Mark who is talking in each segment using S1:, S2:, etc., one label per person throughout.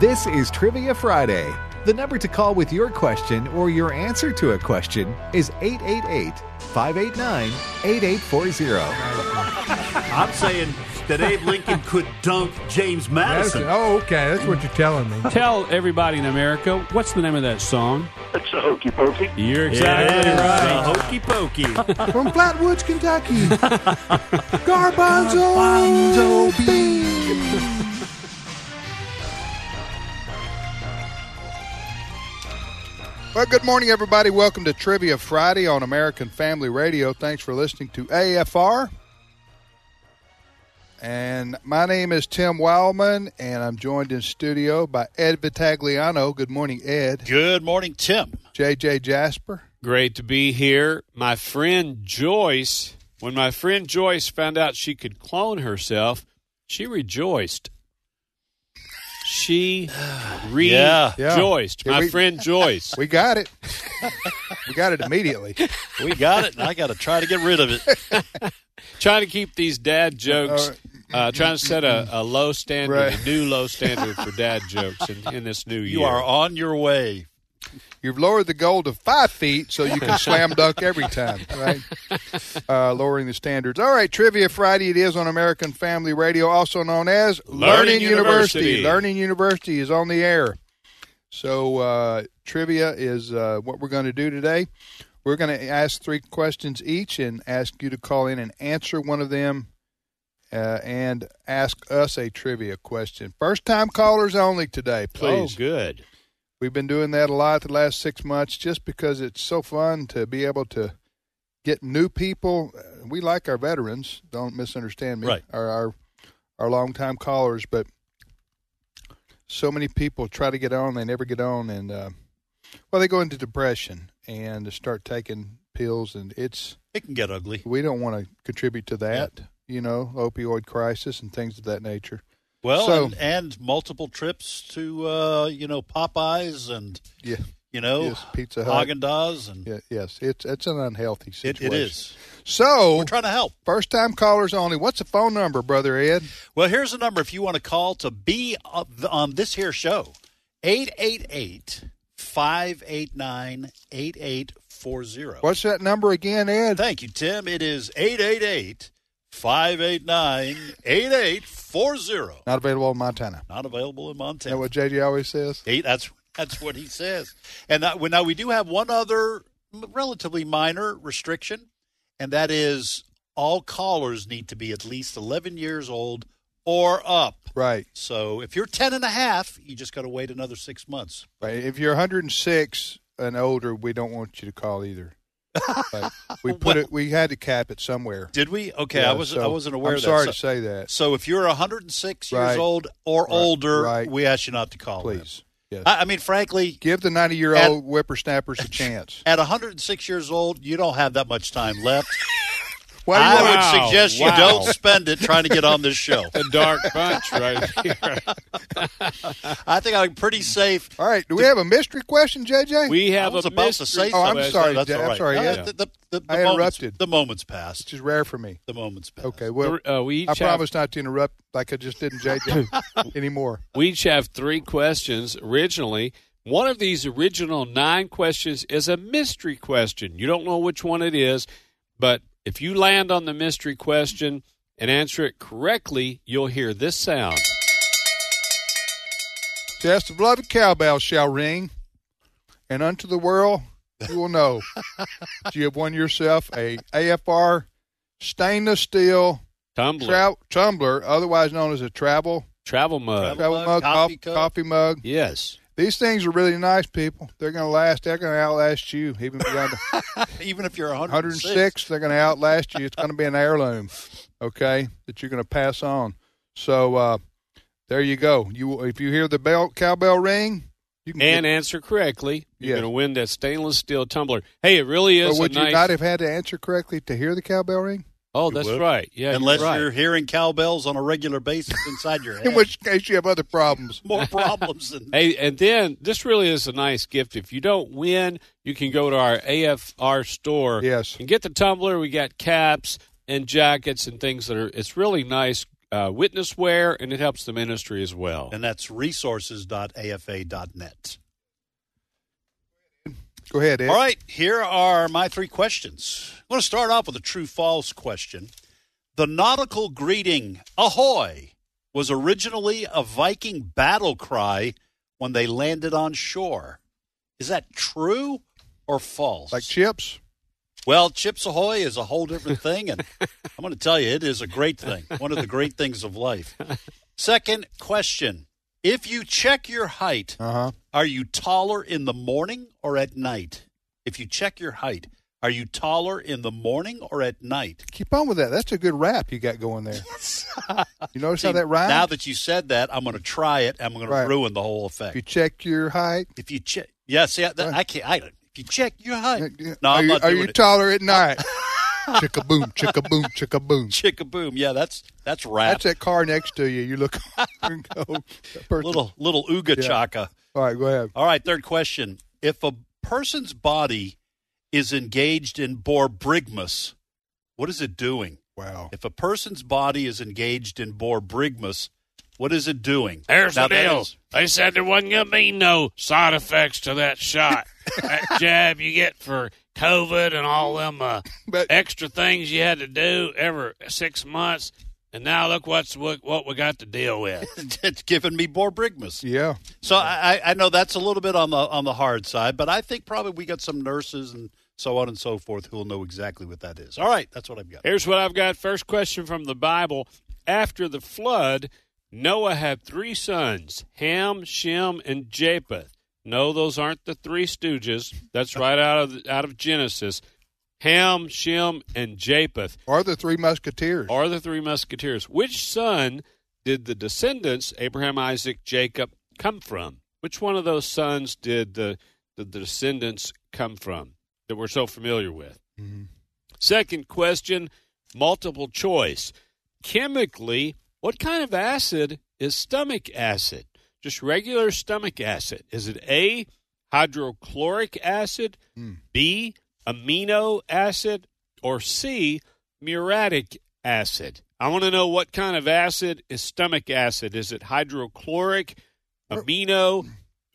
S1: This is Trivia Friday. The number to call with your question or your answer to a question is 888 589 8840.
S2: I'm saying that Abe Lincoln could dunk James
S3: That's,
S2: Madison.
S3: oh, okay. That's what you're telling me.
S4: Tell everybody in America what's the name of that song.
S5: That's a hokey pokey.
S4: You're exactly right.
S2: Hokey pokey.
S3: From Flatwoods, Kentucky. Garbanzo, beans.
S6: Well, good morning, everybody. Welcome to Trivia Friday on American Family Radio. Thanks for listening to AFR. And my name is Tim Wildman, and I'm joined in studio by Ed Vitagliano. Good morning, Ed.
S7: Good morning, Tim.
S6: JJ Jasper.
S8: Great to be here. My friend Joyce, when my friend Joyce found out she could clone herself, she rejoiced. She
S7: Yeah.
S8: rejoiced.
S6: Yeah.
S8: My
S6: We-
S8: friend Joyce.
S6: We got it. we got it immediately.
S7: We got it, and I got to try to get rid of it.
S8: trying to keep these dad jokes, uh, trying to set a, a low standard,
S6: Right.
S8: a new low standard for dad jokes in, in this new year.
S7: You are on your way.
S6: You've lowered the goal to five feet so you can slam dunk every time, right? Uh, lowering the standards. All right, Trivia Friday it is on American Family Radio, also known as
S8: Learning University.
S6: Learning University is on the air. So, uh, trivia is uh, what we're going to do today. We're going to ask three questions each and ask you to call in and answer one of them uh, and ask us a trivia question. First time callers only today,
S8: Oh,
S6: please.
S8: good.
S6: We've been doing that a lot the last six months just because it's so fun to be able to get new people. We like our veterans, don't misunderstand me,
S7: Right.
S6: our, our, our longtime callers, but so many people try to get on, they never get on, and uh, well, they go into depression and start taking pills, and it's
S7: It can get ugly.
S6: we don't want to contribute to that, you know, opioid crisis and things of that nature.
S7: Well,
S6: So-
S7: and, and multiple trips to uh, you know Popeyes and
S6: Yeah,
S7: you know
S6: Yes, Pizza Hut.
S7: Haagen Dazs, and
S6: yeah, yes, it's it's an unhealthy
S7: it,
S6: situation.
S7: it is.
S6: So
S7: We're trying to help.
S6: First time callers only. What's the phone number, Brother Ed?
S7: Well, here's a number if you want to call to be on th- on this here show 888 589 8840.
S6: What's that number again, Ed?
S7: Thank you, Tim. It is 888 589 8840.
S6: Not available in Montana.
S7: Not available in
S6: Is that
S7: Montana.
S6: what JJ always says?
S7: Eight, that's that's what he says. And that, well, now we do have one other m- relatively minor restriction, and that is all callers need to be at least 11 years old or up.
S6: Right.
S7: So if you're 10 and a half, you just got to wait another six months.
S6: Right. If you're 106 and older, we don't want you to call either. Like, we put it. We had to cap it somewhere.
S7: Did we? Okay,
S6: Yeah,
S7: I wasn't I
S6: so
S7: wasn't aware
S6: I'm
S7: of that.
S6: sorry
S7: So-
S6: to say that.
S7: So if you're 106
S6: Right.
S7: years old or older,
S6: right.
S7: we ask you not to call. in.
S6: Please Yes.
S7: I, I mean, frankly,
S6: give the 90 year
S7: At-
S6: old whippersnappers a chance.
S7: at 106 years old, you don't have that much time left.
S6: Why do you
S7: I
S6: wanna-
S8: Wow.
S7: would suggest you
S8: Wow.
S7: don't spend it trying to get on this show.
S8: A dark bunch right here.
S7: I think I'm pretty safe.
S6: all right. Do we have a mystery question, JJ?
S8: We
S7: I
S8: have
S7: was
S8: a
S7: about
S8: mystery
S7: to say
S6: Oh, I'm
S7: something.
S6: sorry,
S7: That's
S6: Dad.
S7: all
S6: I'm
S7: right.
S6: sorry,
S7: Uh,
S6: yeah.
S7: The, the, the, the
S6: I
S7: moments,
S6: interrupted.
S7: The moment's
S6: Which
S7: passed.
S6: is rare for me.
S7: The moment's passed.
S6: Okay. Well,
S8: Uh, we each
S6: I
S8: have
S6: promise not to interrupt like I just did in JJ anymore.
S8: We each have three questions originally. One of these original nine questions is a mystery question. You don't know which one it is, but if you land on the mystery question and answer it correctly, you'll hear this sound.
S6: Just the beloved cowbell shall ring, and unto the world you will know that you have won yourself a AFR stainless steel
S8: Tumbler,
S6: tra- tumbler, otherwise known as a travel
S8: travel mug.
S7: Travel
S6: travel
S7: mug,
S6: mug,
S7: coffee
S6: coffee,
S7: cup.
S6: coffee mug.
S8: Yes.
S6: These things are really nice, people. They're going to last. They're going to outlast you, even beyond the
S7: Even if you're 106.
S6: 106. They're going to outlast you. It's going to be an heirloom, okay, that you're going to pass on. So uh, there you go. You if you hear the bell cowbell ring, you can
S8: And
S6: get,
S8: answer correctly, you're
S6: Yes.
S8: going to win that stainless steel tumbler. Hey, it really
S6: But
S8: is
S6: would
S8: a
S6: you
S8: nice.
S6: not have had to answer correctly to hear the cowbell ring?
S8: oh, that's
S7: would.
S8: right. Yeah,
S7: unless
S8: you're, right.
S7: you're hearing cowbells on a regular basis inside your head.
S6: In which case, you have other problems.
S7: More problems than
S8: Hey, and then this really is a nice gift. If you don't win, you can go to our AFR store.
S6: Yes.
S8: And get the tumbler. We got caps and jackets and things that are. It's really nice uh, witness wear, and it helps the ministry as well.
S7: and that's resources.afa.net.
S6: Go ahead, Ed.
S7: All right, here are my three questions. I'm going to start off with a true false question. The nautical greeting, ahoy, was originally a Viking battle cry when they landed on shore. Is that true or false?
S6: Like chips.
S7: Well, Chips Ahoy is a whole different thing, and I'm going to tell you, it is a great thing, one of the great things of life. Second question If you check your height,
S6: Uh huh.
S7: are you taller in the morning or at night? If you check your height, are you taller in the morning or at night?
S6: Keep on with that. That's a good rap you got going there. You notice how that rhymes?
S7: Now that you said that, I'm going to try it. I'm going
S6: Right.
S7: to ruin the whole
S6: if you
S7: effect.
S6: check your height,
S7: If you check, yeah, see, I, that, I can't. I don't. If you check your height, no,
S6: are
S7: I'm
S6: you,
S7: not
S6: are
S7: doing
S6: you
S7: it.
S6: taller at night? chicka boom, chicka boom, chicka boom.
S7: Chickaboom, yeah, that's that's rap.
S6: That's that car next to you. You look over and go. that person-
S7: little little ooga
S6: Yeah.
S7: chaka.
S6: All right, go ahead.
S7: All right, third question. If a person's body is engaged in borbrigmus, what is it doing?
S6: Wow.
S7: If a person's body is engaged in borbrigmus, what is it doing?
S8: There's
S7: Now,
S8: the
S7: that
S8: deal.
S7: is-
S8: they said there wasn't going to be no side effects to that shot, that jab you get for COVID and all them uh,
S6: But
S8: extra things you had to do every six months. And now look what's what, what we got to deal with.
S7: it's giving me borbrigmus.
S6: yeah,
S7: So I, I- I know that's a little bit on the on the hard side, but I think probably we got some nurses and so on and so forth who will know exactly what that is. All right, that's what I've got.
S8: Here's what I've got. First question from the Bible. After the flood, Noah had three sons Ham, Shem, and Japheth. No, those aren't the three stooges. That's right out of out of Genesis. Ham, Shem, and Japheth
S6: are the three musketeers?
S8: are the three musketeers. Which son did the descendants, Abraham, Isaac, Jacob, come from? Which one of those sons did the, the descendants come from that we're so familiar with? Second question multiple choice. Chemically, what kind of acid is stomach acid? Just regular stomach acid. Is it A, hydrochloric acid,
S6: Hmm.
S8: B, amino acid, or C, muriatic acid? I want to know what kind of acid is stomach acid. Is it hydrochloric, amino,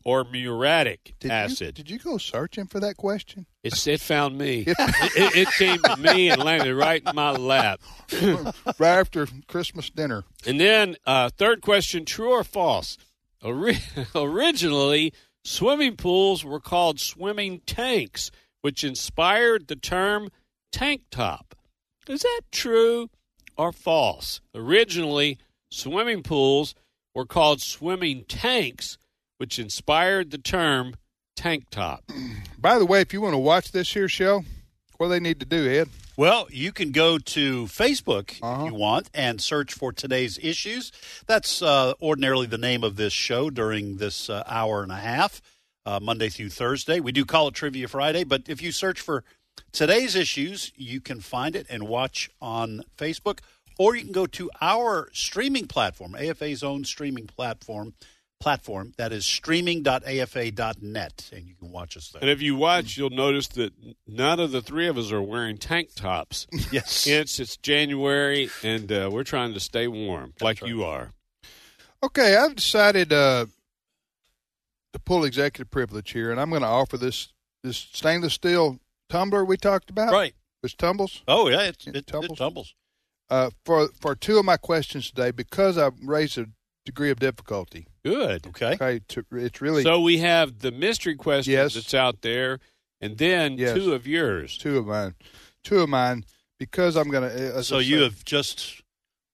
S8: or muriatic
S6: did You,
S8: acid?
S6: did you go searching for that question?
S8: It's, it found me. it, it, it came to me and landed right in my lap.
S6: right after Christmas dinner.
S8: And then, uh, third question true or false? Ori- originally, swimming pools were called swimming tanks, which inspired the term tank top. Is that true or false? Originally, swimming pools were called swimming tanks, which inspired the term tank top.
S6: By the way, if you want to watch this here show, what do they need to do, Ed?
S7: Well, you can go to Facebook
S6: Uh-huh.
S7: if you want and search for today's issues. That's uh, ordinarily the name of this show during this uh, hour and a half, uh, Monday through Thursday. We do call it Trivia Friday, but if you search for today's issues, you can find it and watch on Facebook, or you can go to our streaming platform, AFA's own streaming platform. Platform that is streaming.afa.net, and you can watch us
S8: And
S7: there.
S8: if you watch, you'll notice that none of the three of us are wearing tank tops.
S7: Yes.
S8: It's it's January, and uh, we're trying to stay warm, like you are.
S6: Okay, I've decided uh, to pull executive privilege here, and I'm going to offer this this stainless steel tumbler we talked about,
S7: Right.
S6: Which tumbles
S7: Oh, yeah, it's,
S6: It
S7: it, it
S6: tumbles.
S7: tumbles.
S6: uh, for for two of my questions today because I've raised a degree of difficulty.
S8: Good.
S7: Okay.
S6: Okay, to, it's really
S8: So we have the mystery question
S6: Yes.
S8: that's out there, and then
S6: Yes.
S8: two of yours.
S6: two of mine, two of mine because I'm going to.
S7: So you have just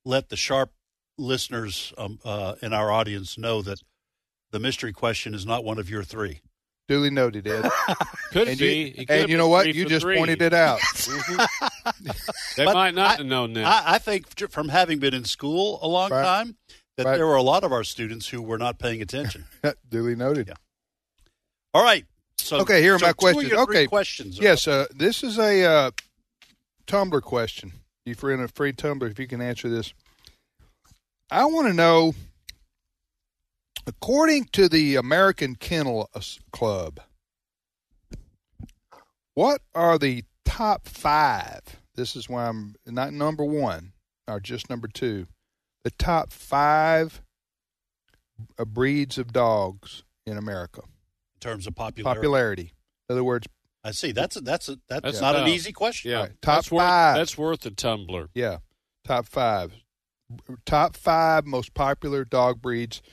S7: let the sharp listeners um, uh, in our audience know that the mystery question is not one of your three.
S6: duly noted, Ed,
S8: Could
S6: and
S8: be.
S6: you,
S8: It could
S6: and you
S8: be
S6: know what?
S8: three
S6: You
S8: for
S6: just
S8: three.
S6: pointed it out.
S8: They
S7: But
S8: might not
S7: I-
S8: have known that.
S7: I, I think j- from having been in school a long
S6: Right.
S7: time that
S6: Right.
S7: there were a lot of our students who were not paying attention.
S6: duly noted.
S7: Yeah. All right. So
S6: Okay, here are
S7: so two
S6: my
S7: of
S6: questions.
S7: your three
S6: Okay.
S7: questions. are-
S6: Yes, uh, this is a uh, Tumblr question. You free in a free Tumblr if you can answer this. I want to know, according to the American Kennel As- Club, what are the top five? This is why I'm not number one, or just number two. the top five uh, breeds of dogs in America.
S7: in terms of popularity.
S6: Popularity. In other words,
S7: I see. That's a, that's a, that's,
S8: That's
S7: not an
S8: about-
S7: easy question.
S8: Yeah,
S6: Right. Top
S8: that's worth,
S6: five.
S8: That's worth a tumbler.
S6: yeah, top five. Top five most popular dog breeds.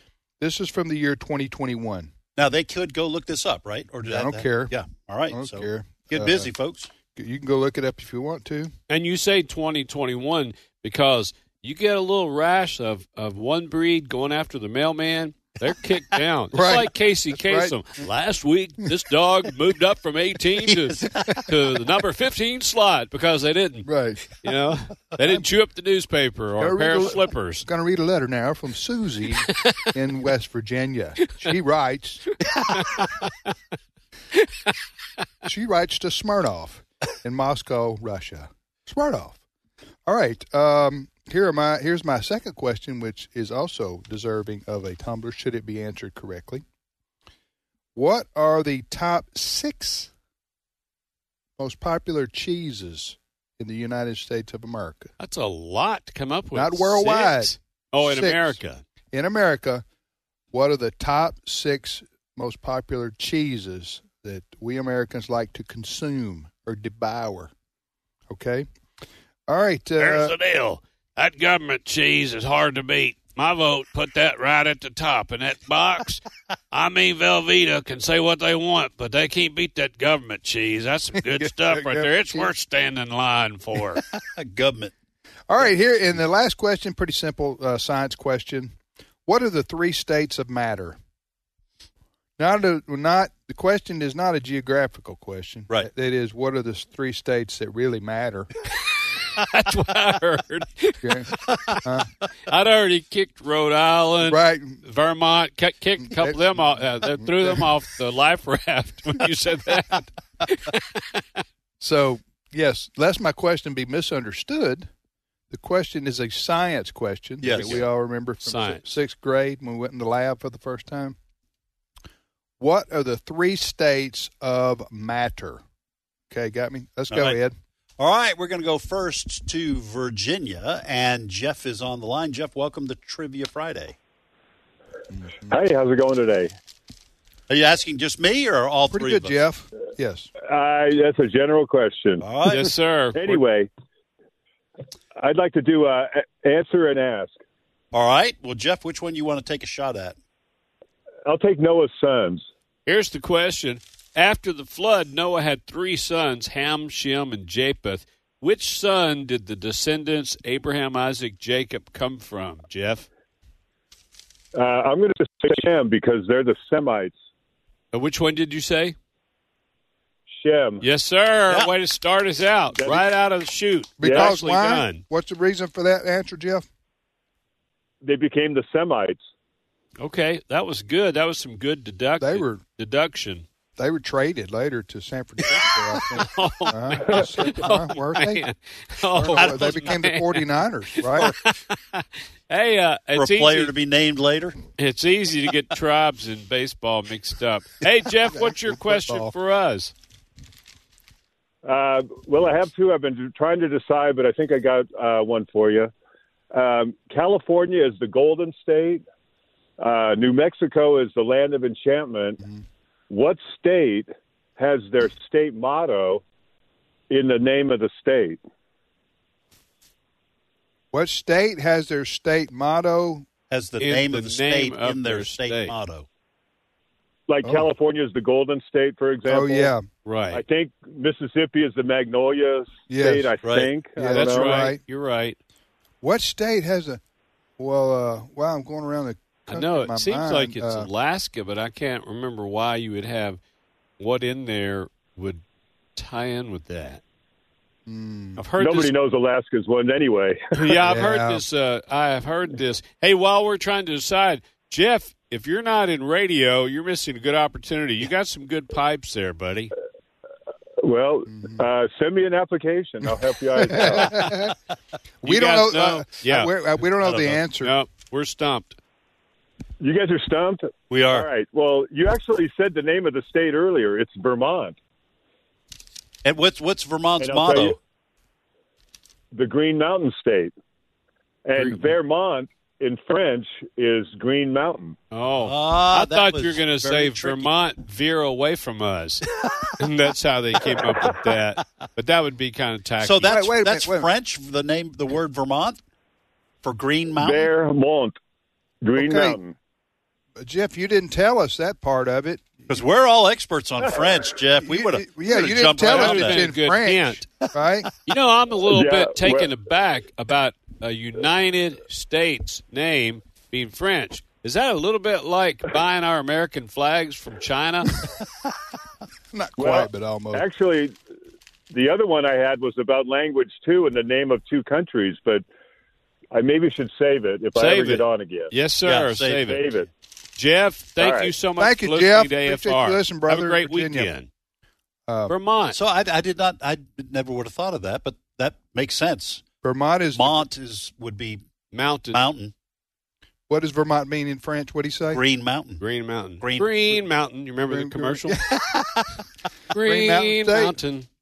S6: This is from the year 2021.
S7: Now they could go look this up, right? Or do
S6: I
S7: that-
S6: don't
S7: that-
S6: care.
S7: Yeah. All right.
S6: I don't
S7: so
S6: care.
S7: Get
S6: Uh,
S7: busy, folks.
S6: You can go look it up if you want to.
S8: And you say 2021 because you get a little rash of, of one breed going after the mailman. They're kicked down.
S6: Right.
S8: It's like Casey
S6: That's
S8: Kasem. Last week, this dog moved up from 18 to, to the number 15 slot because they didn't.
S6: Right.
S8: You know, they didn't chew up the newspaper
S6: Go
S8: or a
S6: read
S8: pair of
S6: the-
S8: slippers.
S6: Going to read a letter now from Susie in West Virginia. She writes. she writes to Smirnov in Moscow, Russia. Smirnov. All right. Um, here are my here's my second question, which is also deserving of a tumbler should it be answered correctly. What are the top six most popular cheeses in the United States of America?
S8: That's a lot to come up with.
S6: Not worldwide.
S8: Six? Oh, in
S6: Six.
S8: America.
S6: in America, what are the top six most popular cheeses that we Americans like to consume or devour? Okay. All right.
S8: There's the
S6: Uh,
S8: deal. That government cheese is hard to beat. My vote, put that right at the top in that box. I mean, Velveeta can say what they want, but they can't beat that government cheese. That's some good stuff right there. It's worth standing in line for.
S7: Government.
S6: all right. Here in the last question, pretty simple uh, science question. What are the three states of matter? Not a, not the question is not a geographical question.
S7: Right.
S6: It is what are the three states that really matter?
S8: That's what I heard.
S6: Okay.
S8: I'd already kicked Rhode Island,
S6: right.
S8: Vermont, ki- kicked a couple of them off, uh, they threw them off the life raft when you said that.
S6: So, yes, lest my question be misunderstood, the question is a science question
S7: Yes.
S6: that we all remember from
S8: Science.
S6: si- sixth grade when we went in the lab for the first time. What are the three states of matter? Okay, got me? Let's
S7: All
S6: go,
S7: right.
S6: Ed.
S7: All right, we're going to go first to Virginia, and Jeff is on the line. Jeff, welcome to Trivia Friday.
S5: Hey, how's it going today?
S7: Are you asking just me or all
S6: Pretty
S7: three
S6: good,
S7: of us?
S6: Jeff. Yes.
S5: Uh, that's a general question.
S7: All right.
S8: Yes, sir.
S5: Anyway, I'd like to do uh, a- answer and ask.
S7: All right. Well, Jeff, which one you want to take a shot at?
S5: I'll take Noah's sons.
S8: Here's the question. After the flood, Noah had three sons, Ham, Shem, and Japheth. Which son did the descendants Abraham, Isaac, Jacob come from, Jeff?
S5: Uh, I'm going to say Shem because they're the Semites.
S8: Uh, Which one did you say?
S5: Shem.
S8: Yes, sir.
S7: Yeah.
S8: Way to start us out. Right out of the chute.
S6: Because
S8: Nicely
S6: why?
S8: done.
S6: What's the reason for that answer, Jeff?
S5: They became the Semites.
S8: Okay, that was good. That was some good deduct-
S6: They were-
S8: deduction.
S6: They were traded later to San Francisco, I think.
S7: Oh,
S6: uh, so, uh, were they?
S8: Man.
S6: Or
S8: Oh,
S6: they became the 49ers, right?
S8: hey, uh,
S7: For a
S8: it's
S7: player
S8: easy,
S7: to be named later?
S8: it's easy to get tribes in baseball mixed up. Hey, Jeff, what's your question
S6: Football.
S8: for us?
S5: Uh, well, I have two. I've been trying to decide, but I think I got uh, one for you. Um, California is the Golden State. Uh, New Mexico is the land of enchantment.
S6: Mm-hmm.
S5: What state has their state motto in the name of the state?
S6: what state has their state motto? Oh,
S7: Has the
S8: In
S7: name
S8: the
S7: of the state
S8: name of
S7: in their,
S8: their
S7: state,
S8: state.
S7: motto?
S5: Like
S6: Oh.
S5: California is the Golden State, for example.
S6: Oh, yeah.
S8: Right.
S5: I think Mississippi is the Magnolia
S6: Yes,
S5: State. I
S7: right.
S5: think. I
S6: Yeah,
S5: don't
S8: That's
S5: know.
S8: right.
S6: right.
S8: You're right.
S6: What state has a? Well, uh, wow, I'm going around the.
S8: I
S6: Country
S8: know
S6: in my
S8: it seems
S6: mind,
S8: like it's
S6: uh,
S8: Alaska, but I can't remember why you would have what in there would tie in with that. I've heard
S5: Nobody
S8: this.
S5: knows Alaska's one anyway.
S8: Yeah, I've
S6: Yeah.
S8: heard this. Uh, I have heard this. Hey, while we're trying to decide, Jeff, if you're not in radio, you're missing a good opportunity. You got some good pipes there, buddy.
S5: Well,
S6: Mm-hmm.
S5: uh, send me an application. I'll help you out.
S6: we
S8: you
S6: don't know.
S8: guys
S6: Uh,
S8: know? Yeah.
S6: we're, uh, we don't know
S7: don't
S6: the
S7: know.
S6: answer.
S8: No, we're stumped.
S5: you guys are stumped.
S7: We are.
S5: All right. Well, you actually said the name of the state earlier. It's Vermont.
S7: And what's, what's Vermont's
S5: And I'll tell
S7: motto?
S5: you- the Green Mountain State, and Vermont in French is Green Mountain.
S8: Oh,
S7: Ah,
S8: I
S7: that
S8: thought you were
S7: was
S8: going to say
S7: very tricky.
S8: Vermont veer away from us, and that's how they came up with that. But that would be kind of tacky.
S7: So that's
S6: Wait, wait a
S7: that's
S6: minute, wait a
S7: French. The name, the word Vermont for Green Mountain.
S5: Vermont, Green
S6: Okay.
S5: Mountain.
S6: Jeff, you didn't tell us that part of it.
S7: Because we're all experts on French, Jeff. We
S6: You-
S7: would have.
S6: you- yeah, you didn't
S7: jumped
S6: tell
S7: right
S6: us
S7: on
S8: That
S6: it's
S7: that.
S8: would've been
S6: in
S8: a good
S6: French, right?
S8: you know, I'm a little
S5: Yeah,
S8: bit taken
S5: well-
S8: aback about a United States name being French. Is that a little bit like buying our American flags from China?
S6: Not quite,
S5: Well,
S6: but almost.
S5: Actually, the other one I had was about language too, and the name of two countries. But I maybe should save it if I
S8: Save
S5: ever
S8: it.
S5: get on again.
S8: yes, sir.
S7: Yeah,
S8: save,
S7: save-
S8: it.
S5: Save it.
S8: Jeff, thank
S5: All right.
S8: you so much
S6: Thank
S8: for
S6: you,
S8: listening
S6: Jeff.
S8: to
S6: Appreciate
S8: AFR.
S6: you listening,
S8: Have
S6: brother,
S8: a great
S6: Virginia.
S8: weekend.
S6: Uh,
S8: Vermont.
S7: So I, I did not. I never would have thought of that, but that makes sense.
S6: Vermont is
S7: Mont is would be
S8: Mountain.
S7: mountain.
S6: what does Vermont mean in French? What do you say?
S7: Green Mountain.
S8: Green Mountain.
S7: Green-
S8: Mountain. You remember
S6: Green-
S8: the commercial?
S6: Green Mountain State.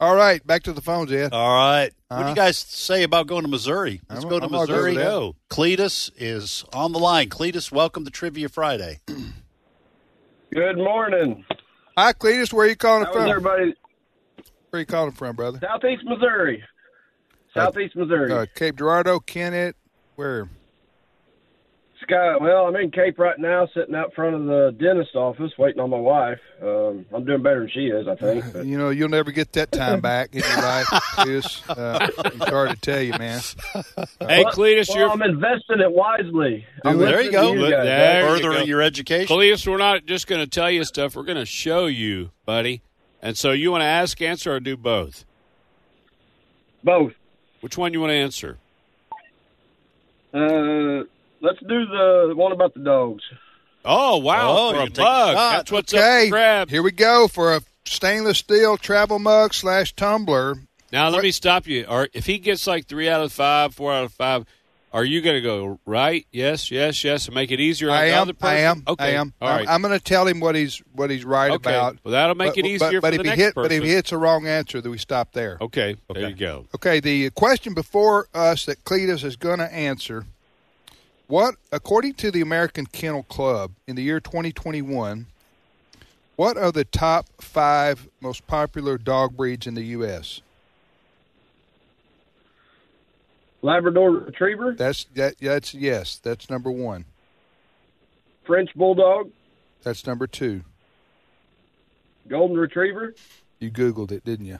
S6: All right, back to the phone, Jeff.
S8: Uh,
S7: All right. What do
S6: Uh-huh.
S7: you guys say about going to Missouri? Let's
S6: I'm-
S7: go to
S6: I'm all good with
S7: Missouri.
S6: that.
S7: Go. Cletus is on the line. Cletus, welcome to Trivia Friday.
S9: Good morning.
S6: Hi, Cletus. Where are you calling
S9: How is
S6: from?
S9: everybody?
S6: Where are you calling from, brother?
S9: Southeast Missouri. Southeast Missouri.
S6: Uh, Cape Girardeau, Kennett. Where?
S9: Scott, well, I'm in Cape right now, sitting out front of the dentist office, waiting on my wife. Um, I'm doing better than she is, I think. But
S6: You know, you'll never get that time back in your life, Cletus. Uh, I'm sorry to tell you, man.
S8: Hey, Cletus,
S9: well,
S8: you're
S9: I'm investing it wisely. I'm
S6: There
S9: listening
S7: you go.
S9: to
S8: Look,
S9: guys.
S8: there you
S7: Furthering
S8: go.
S7: your education.
S8: Cletus. We're not just going to tell you stuff. We're going to show you, buddy. And so you want to ask, answer, or do both?
S9: Both.
S8: Which one you want to answer?
S9: Uh, let's do the one about the dogs.
S8: Oh wow!
S7: Oh,
S8: for
S7: you
S8: a
S7: take a
S8: bug.
S7: shot.
S8: That's what's up,
S6: Okay,
S8: for grab.
S6: here we go for a stainless steel travel mug slash tumbler.
S8: Now let me stop you. Or if he gets like three out of five, four out of five, are you going to go right? Yes, yes, yes, and make it easier on
S6: I
S8: the
S6: am.
S8: other person?
S6: I am.
S8: Okay.
S6: I am.
S8: All right.
S6: I'm, going to tell him what he's what he's right
S8: okay.
S6: about.
S8: Well, that'll make
S6: but,
S8: it easier
S6: But,
S8: for
S6: but if
S8: the
S6: he
S8: next
S6: hit,
S8: person.
S6: but if he hits a wrong answer, then we stop there.
S8: okay. There you go.
S6: Okay, the question before us that Cletus is going to answer what, according to the American Kennel Club in the year 2021, what are the top five most popular dog breeds in the U.S.?
S9: Labrador Retriever,
S6: That's that. That's yes. That's number one.
S9: French Bulldog,
S6: That's number two.
S9: Golden Retriever,
S6: You Googled it, didn't you?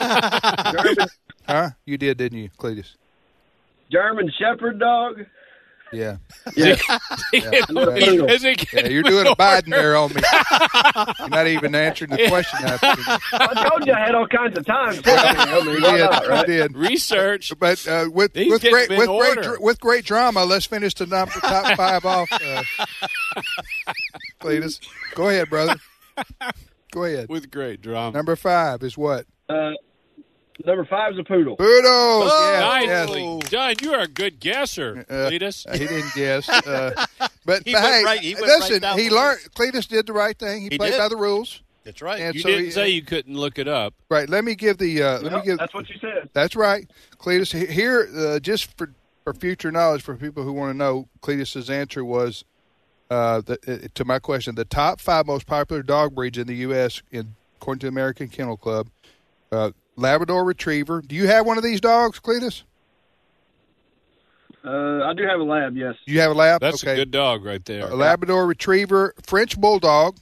S9: German,
S6: Huh? You did, didn't you, Cletus?
S9: German Shepherd Dog.
S6: Yeah.
S9: Poodle.
S8: Is it
S6: Yeah, you're doing a Biden there on me. You're not even answering the question. I
S9: I told you I had all kinds of time. for it. I mean,
S6: you
S9: why
S6: did.
S9: not,
S6: You
S9: right?
S6: did.
S8: research?
S6: But uh, with
S8: He's
S6: with
S8: getting
S6: great
S8: in
S6: with great
S8: order.
S6: dr- with great drama, let's finish the number top five off. Uh, Cletus, go ahead, brother. Go ahead.
S8: With great drama.
S6: Number five is what?
S9: Uh, number five is a poodle.
S6: Poodles.
S7: Oh,
S6: yes, yes.
S8: Nicely done. You are a good guesser,
S6: Uh,
S8: Cletus.
S6: He didn't guess. Uh, but
S7: He
S6: but
S7: went
S6: hey,
S7: right- he went right
S6: listen,
S7: down
S6: he
S7: the
S6: learned. Cletus did the right thing. He,
S7: He
S6: played
S7: did.
S6: by the rules.
S7: That's right.
S6: And
S8: You
S6: so
S8: didn't
S6: he-
S8: say you couldn't look it up.
S6: Right. Let me give the. Uh, let me
S9: Well,
S6: give.
S9: that's what you said.
S6: That's right, Cletus. he- Here, uh, just for for future knowledge for people who want to know, Cletus's answer was uh, the, uh, to my question: the top five most popular dog breeds in the U.S. In, according to the American Kennel Club, uh, Labrador Retriever. Do you have one of these dogs, Cletus?
S9: Uh, I do have a lab, yes.
S6: Do you have a lab?
S8: That's
S6: okay. Uh,
S8: a good dog right there.
S6: A Labrador Retriever, French Bulldog,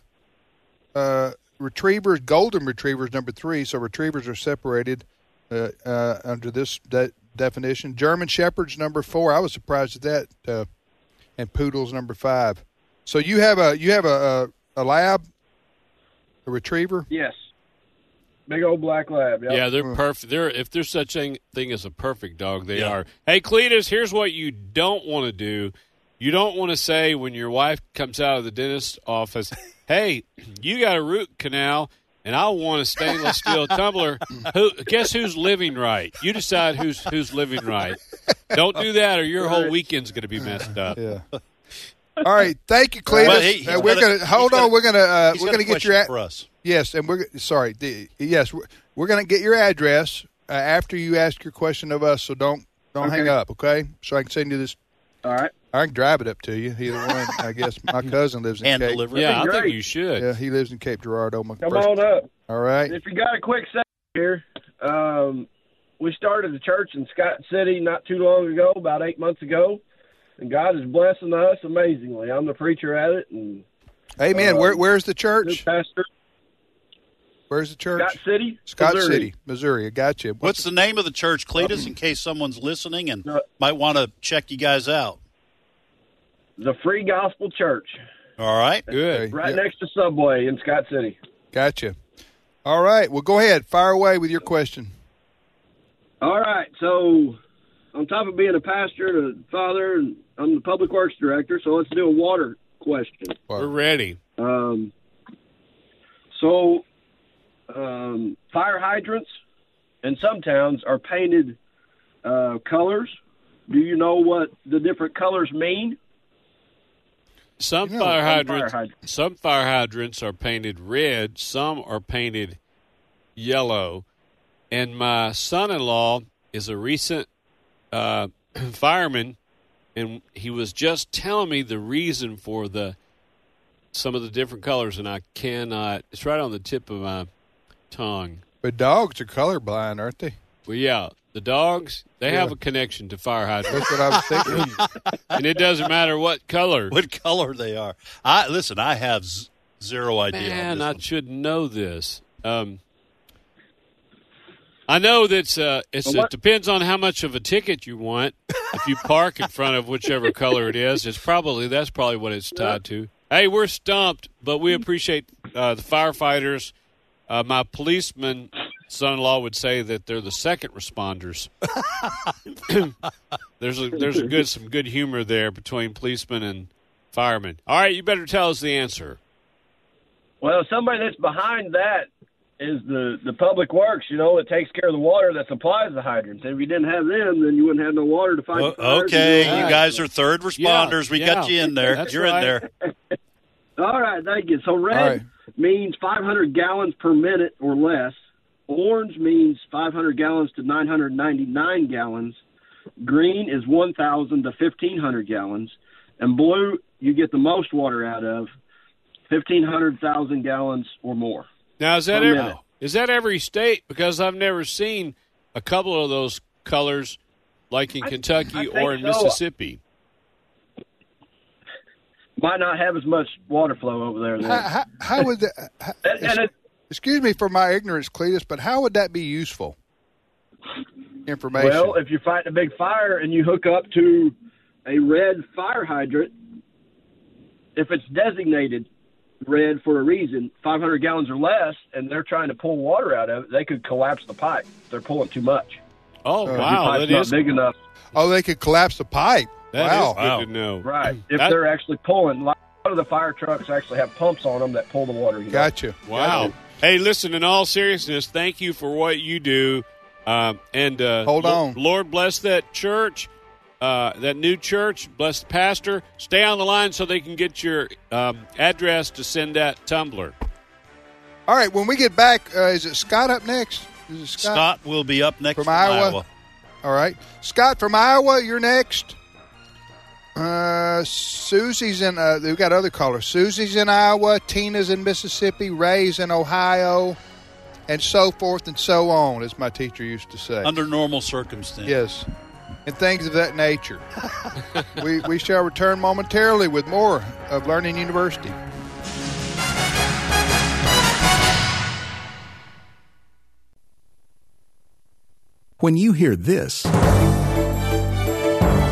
S6: uh, Retrievers, Golden Retrievers, number three. So Retrievers are separated uh, uh, under this de- definition. German Shepherds, number four. I was surprised at that, uh, and Poodles, number five. So you have a you have a a, a lab, a Retriever.
S9: Yes. Big old black lab.
S8: Yeah, they're perfect. They're if there's such a thing as a perfect dog, they
S7: Yeah.
S8: are. Hey, Cletus, here's what you don't want to do. You don't want to say when your wife comes out of the dentist's office, "Hey, you got a root canal." And I want a stainless steel tumbler. Who guess who's living right? You decide who's who's living right. Don't do that, or your whole weekend's going to be messed up.
S6: Yeah. All right, thank you, Cletus.
S7: Well, he- he's
S6: uh, we're
S7: got a-
S6: gonna,
S7: he's
S6: hold
S7: got
S6: on.
S7: a-
S6: we're gonna uh,
S7: He's
S6: we're
S7: got
S6: gonna
S7: a
S6: get
S7: question
S6: your at-
S7: for us.
S6: Yes, and we're sorry. The, yes, we're, we're going to get your address uh, after you ask your question of us. So don't don't hang up, okay? So I can send you this
S9: All right.
S6: I can drive it up to you. Either one, I guess. My cousin lives in
S7: and
S6: Cape.
S7: deliver it.
S8: Yeah, I
S9: That'd be
S8: think
S9: great.
S8: you should.
S6: Yeah, he lives in Cape Girardeau. My
S9: Come
S6: first-
S9: on up.
S6: All right.
S9: If you got a quick second here, um, we started a church in Scott City not too long ago, about eight months ago, and God is blessing us amazingly. I'm the preacher at it and
S6: Amen.
S9: uh,
S6: Where, where's the
S9: new
S6: church?
S9: pastor.
S6: Where's the church?
S9: Scott City,
S6: Scott
S9: Missouri.
S6: City, Missouri. I got you.
S7: What's the name of the church, Cletus, in case someone's listening and
S9: No.
S7: might want to check you guys out?
S9: The Free Gospel Church,
S7: All right.
S8: Good.
S9: right
S6: Yeah.
S9: next to Subway in Scott City.
S6: Gotcha. All right. Well, go ahead. Fire away with your question.
S9: All right. So, on top of being a pastor and a father, and I'm the public works director, so let's do a water question.
S8: We're ready.
S9: Um, so, um, fire hydrants in some towns are painted uh, colors. Do you know what the different colors mean?
S8: Some
S6: You know,
S8: fire
S9: fire
S8: hydrants,
S9: hydrant.
S8: some fire hydrants are painted red. Some are painted yellow. And my son-in-law is a recent uh, fireman, and he was just telling me the reason for the some of the different colors, and I cannot. It's right on the tip of my tongue.
S6: But dogs are colorblind, aren't they?
S8: Well, yeah, the dogs they have a connection to fire hydrants,
S6: That's what I was thinking.
S8: and it doesn't matter what color.
S7: What color they are? I listen. I have z- zero idea. on
S8: Man,
S7: this
S8: I
S7: one.
S8: should know this. Um, I know that's uh, it's, it
S9: what-
S8: depends on how much of a ticket you want. If you park in front of whichever color it is, it's probably that's probably what it's tied to. Hey, we're stumped, but we appreciate uh, the firefighters. Uh, my policeman son-in-law would say that they're the second responders. there's a, there's a good some good humor there between policemen and firemen. All right, you better tell us the answer.
S9: Well, somebody that's behind that is the the public works. You know, that takes care of the water that supplies the hydrants. And if you didn't have them, then you wouldn't have no water to fight.
S7: Well,
S9: the fires.
S7: Oh, okay,
S8: Yeah.
S7: you guys are third responders. we got
S8: yeah.
S7: you in there.
S8: That's
S7: You're
S8: right.
S7: in there.
S9: All right, thank you. So red
S6: All right.
S9: means 500 gallons per minute or less. Orange means 500 gallons to 999 gallons. Green is 1,000 to 1,500 gallons, and blue you get the most water out of 1,500,000 gallons or more.
S8: Now is that
S9: Oh,
S8: every,
S9: yeah.
S8: is that every state? Because I've never seen a couple of those colors, like in Kentucky
S9: I think
S8: or in
S9: so.
S8: Mississippi.
S9: Might not have as much water flow over there.
S6: how,
S9: Then.
S6: how, how would that? How,
S9: And- and it-
S6: excuse me for my ignorance, Cletus, but how would that be useful? Information.
S9: Well, if you're fighting a big fire and you hook up to a red fire hydrant, if it's designated red for a reason, 500 gallons or less, and they're trying to pull water out of it, they could collapse the pipe. They're pulling too much.
S8: Oh
S9: The
S8: wow,
S9: pipe's
S8: that
S9: Uh, not
S8: is
S9: big enough,
S6: oh, they could collapse the pipe.
S8: that is
S6: wow.
S8: good to know.
S9: right? If
S8: That-
S9: they're actually pulling, a lot of the fire trucks actually have pumps on them that pull the water. You know?
S6: Gotcha.
S8: Wow. Hey, listen. In all seriousness, thank you for what you do, um, and uh,
S6: Hold
S8: Lo-
S6: on.
S8: Lord bless that church, uh, that new church. Bless the pastor. Stay on the line so they can get your um, address to send that tumbler.
S6: All right. When we get back, uh, is it Scott up next? Is it Scott?
S7: Scott will be up next
S6: From
S7: from,
S6: Iowa.
S7: Iowa.
S6: All right. Scott from Iowa, you're next. Uh, Susie's in, uh, we've got other callers. Susie's in Iowa, Tina's in Mississippi, Ray's in Ohio, and so forth and so on, as my teacher used to say.
S7: Under normal circumstances.
S6: yes. And things of that nature. we, we shall return momentarily with more of Learning University.
S10: When you hear this,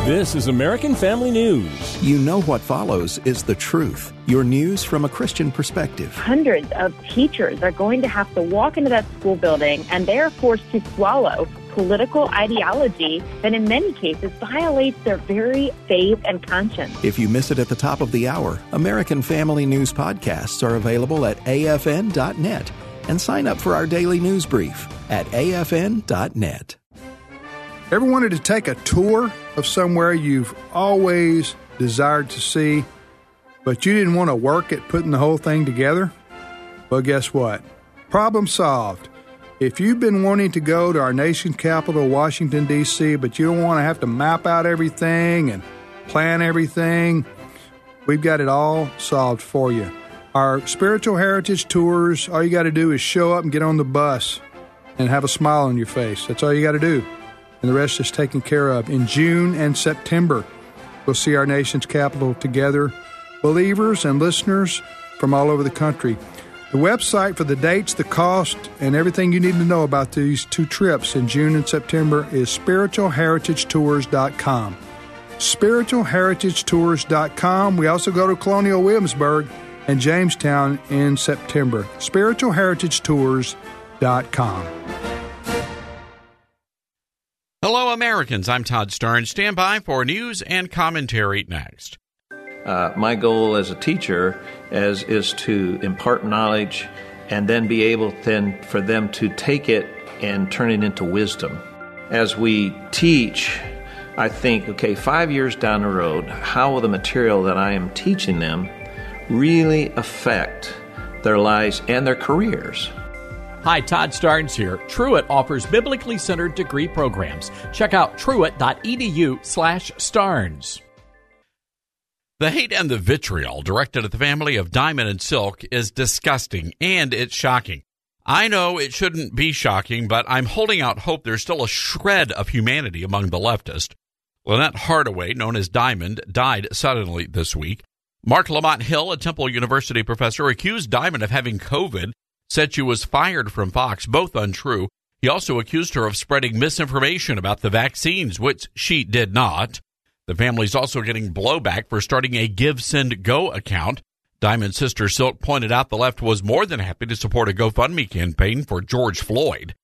S11: This is American Family News.
S10: you know what follows is the truth. Your news from a Christian perspective.
S12: hundreds of teachers are going to have to walk into that school building and they are forced to swallow political ideology that in many cases violates their very faith and conscience.
S10: If you miss it at the top of the hour, American Family News podcasts are available at afn.net and sign up for our daily news brief at afn.net.
S3: Ever wanted to take a tour of somewhere you've always desired to see, but you didn't want to work at putting the whole thing together? Well, guess what? Problem solved. If you've been wanting to go to our nation's capital, Washington, D.C., but you don't want to have to map out everything and
S13: plan everything. We've got it all solved for you. Our spiritual heritage tours, all you got to do is show up and get on the bus and have a smile on your face. That's all you got to do. And the rest is taken care of. In June and September, we'll see our nation's capital together, believers and listeners from all over the country. The website for the dates, the cost, and everything you need to know about these two trips in June and September is spiritualheritagetours.com. Spiritualheritagetours.com. We also go to Colonial Williamsburg and Jamestown in September. Spiritualheritagetours.com.
S8: Hello, Americans. I'm Todd Stern. Stand by for news and commentary next.
S9: Uh, my goal as a teacher is, is to impart knowledge and then be able then for them to take it and turn it into wisdom. As we teach, I think, okay, five years down the road, how will the material that I am teaching them really affect their lives and their careers?
S14: Hi, Todd Starnes here. Truett offers biblically centered degree programs. Check out truett.edu slash starnes.
S8: The hate and the vitriol directed at the family of Diamond and Silk is disgusting and it's shocking. I know it shouldn't be shocking, but I'm holding out hope there's still a shred of humanity among the leftist. Lynette Hardaway, known as Diamond, died suddenly this week. Mark Lamont Hill, a Temple University professor, accused Diamond of having COVID, said she was fired from Fox, both untrue. He also accused her of spreading misinformation about the vaccines, which she did not. The family's also getting blowback for starting a Give, Send, Go account. Diamond's sister Silk pointed out the left was more than happy to support a GoFundMe campaign for George Floyd.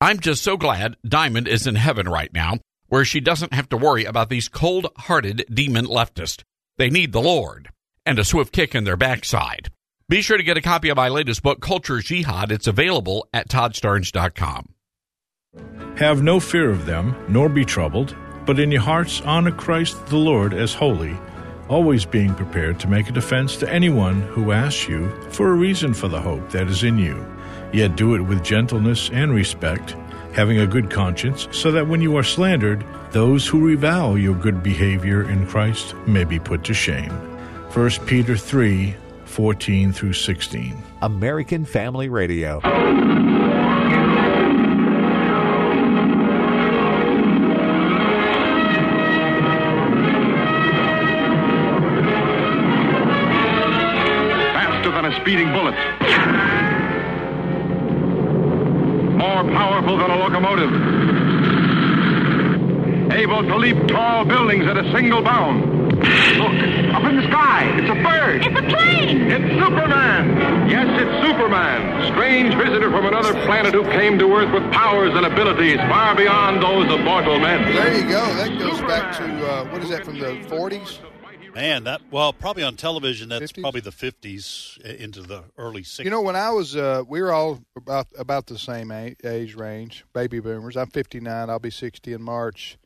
S8: I'm just so glad Diamond is in heaven right now, where she doesn't have to worry about these cold hearted demon leftists. They need the Lord and a swift kick in their backside. Be sure to get a copy of my latest book, Culture Jihad. It's available at toddstarns.com.
S15: Have no fear of them, nor be troubled, but in your hearts honor Christ the Lord as holy, always being prepared to make a defense to anyone who asks you for a reason for the hope that is in you. Yet do it with gentleness and respect, having a good conscience, so that when you are slandered, those who revile your good behavior in Christ may be put to shame. 1 Peter 3 14 through 16.
S1: American Family Radio.
S16: faster than a speeding bullet, more powerful than a locomotive, able to leap tall buildings at a single bound. Look, up in the sky, it's a bird. It's a plane. It's Superman. Yes, it's Superman, strange visitor from another planet who came to Earth with powers and abilities far beyond those of mortal men.
S6: There you go. That goes back to uh, what is that from the 40s?
S7: Man, that well, probably on television. That's probably the fifties into the early sixties.
S6: You know, when I was, uh, we were all about about the same age, age range, baby boomers. I'm 59. I'll be 60 in March.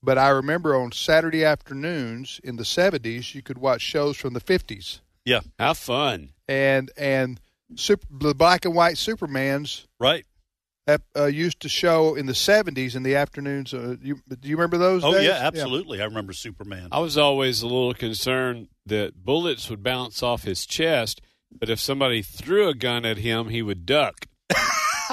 S6: But I remember on Saturday afternoons in the 70s, you could watch shows from the 50s,
S17: Yeah. Have fun.
S6: and and super, the black and white Supermans,
S7: right?
S6: ep- Uh, used to show in the 70s in the afternoons. Uh, you, do you remember those?
S7: Oh
S6: days?
S7: yeah, absolutely. I remember Superman.
S17: I was always a little concerned that bullets would bounce off his chest, but if somebody threw a gun at him, he would duck.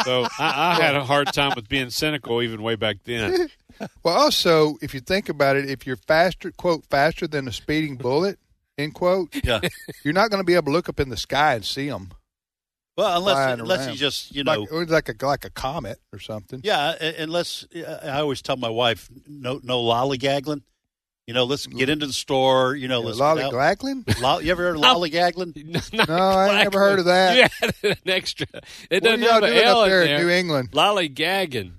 S17: so I, I had a hard time with being cynical even way back then.
S6: Well, also, if you think about it, if you're faster, quote, faster than a speeding bullet, end quote,
S7: yeah.
S6: you're not going to be able to look up in the sky and see them.
S7: Well, unless unless you just you know,
S6: like, or like a like a comet or something.
S7: yeah. u- Unless uh, I always tell my wife, no, no lollygaggling. You know, let's get into the store. You know, let's
S6: Mm. Yeah,
S7: get out.
S6: lollygaggling?
S7: Lo- you ever heard of
S6: Oh.
S7: lollygaggling?
S6: No, I ain't never heard of that.
S17: an extra. It
S6: What are
S17: doesn't
S6: y'all
S17: have an
S6: doing
S17: L
S6: up there
S17: in
S6: in
S17: there.
S6: New England?
S17: Lollygagging.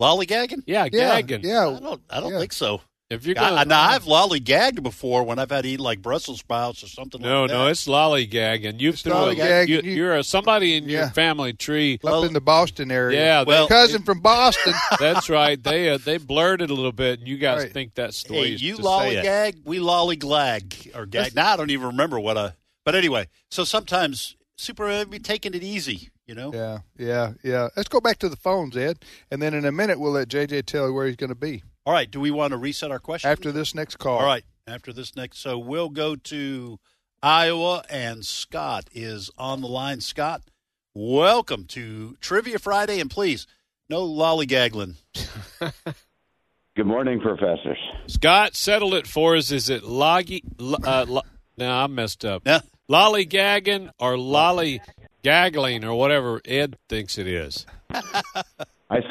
S7: Lollygagging?
S17: Yeah,
S6: Yeah,
S17: gagging.
S6: yeah.
S7: I don't. I don't think so.
S17: If you're
S7: I, I-
S17: going,
S7: now, I've lollygagged before when I've had to eat like Brussels sprouts or something.
S17: no,
S7: like that.
S17: no, it's lollygagging. You threw a,
S6: lollygagging.
S17: you, you're a, somebody in your family tree.
S6: Up in the Boston area.
S17: Yeah,
S6: My
S17: well-
S6: cousin from Boston.
S17: That's right. They uh, they blurted a little bit, and you guys
S7: Right.
S17: think that's the way
S7: Hey,
S17: it's
S7: you
S17: to say it.
S7: lollygag, we lollyglag or gag. Now I don't even remember what I. But anyway, so sometimes Superman be taking it easy, you know.
S6: yeah, yeah, yeah. Let's go back to the phones, Ed, and then in a minute we'll let JJ tell you where he's going to be
S7: All right. Do we want to reset our question
S6: after this next call.
S7: All right. after this next. So we'll go to Iowa, and Scott is on the line. Scott, welcome to Trivia Friday, and please, no lollygaggling.
S18: Good morning, professors.
S8: Scott settled it for us. Is it loggy? Lo, uh, lo, no, I messed up. Lollygagging or lollygaggling or whatever Ed thinks it is.
S18: I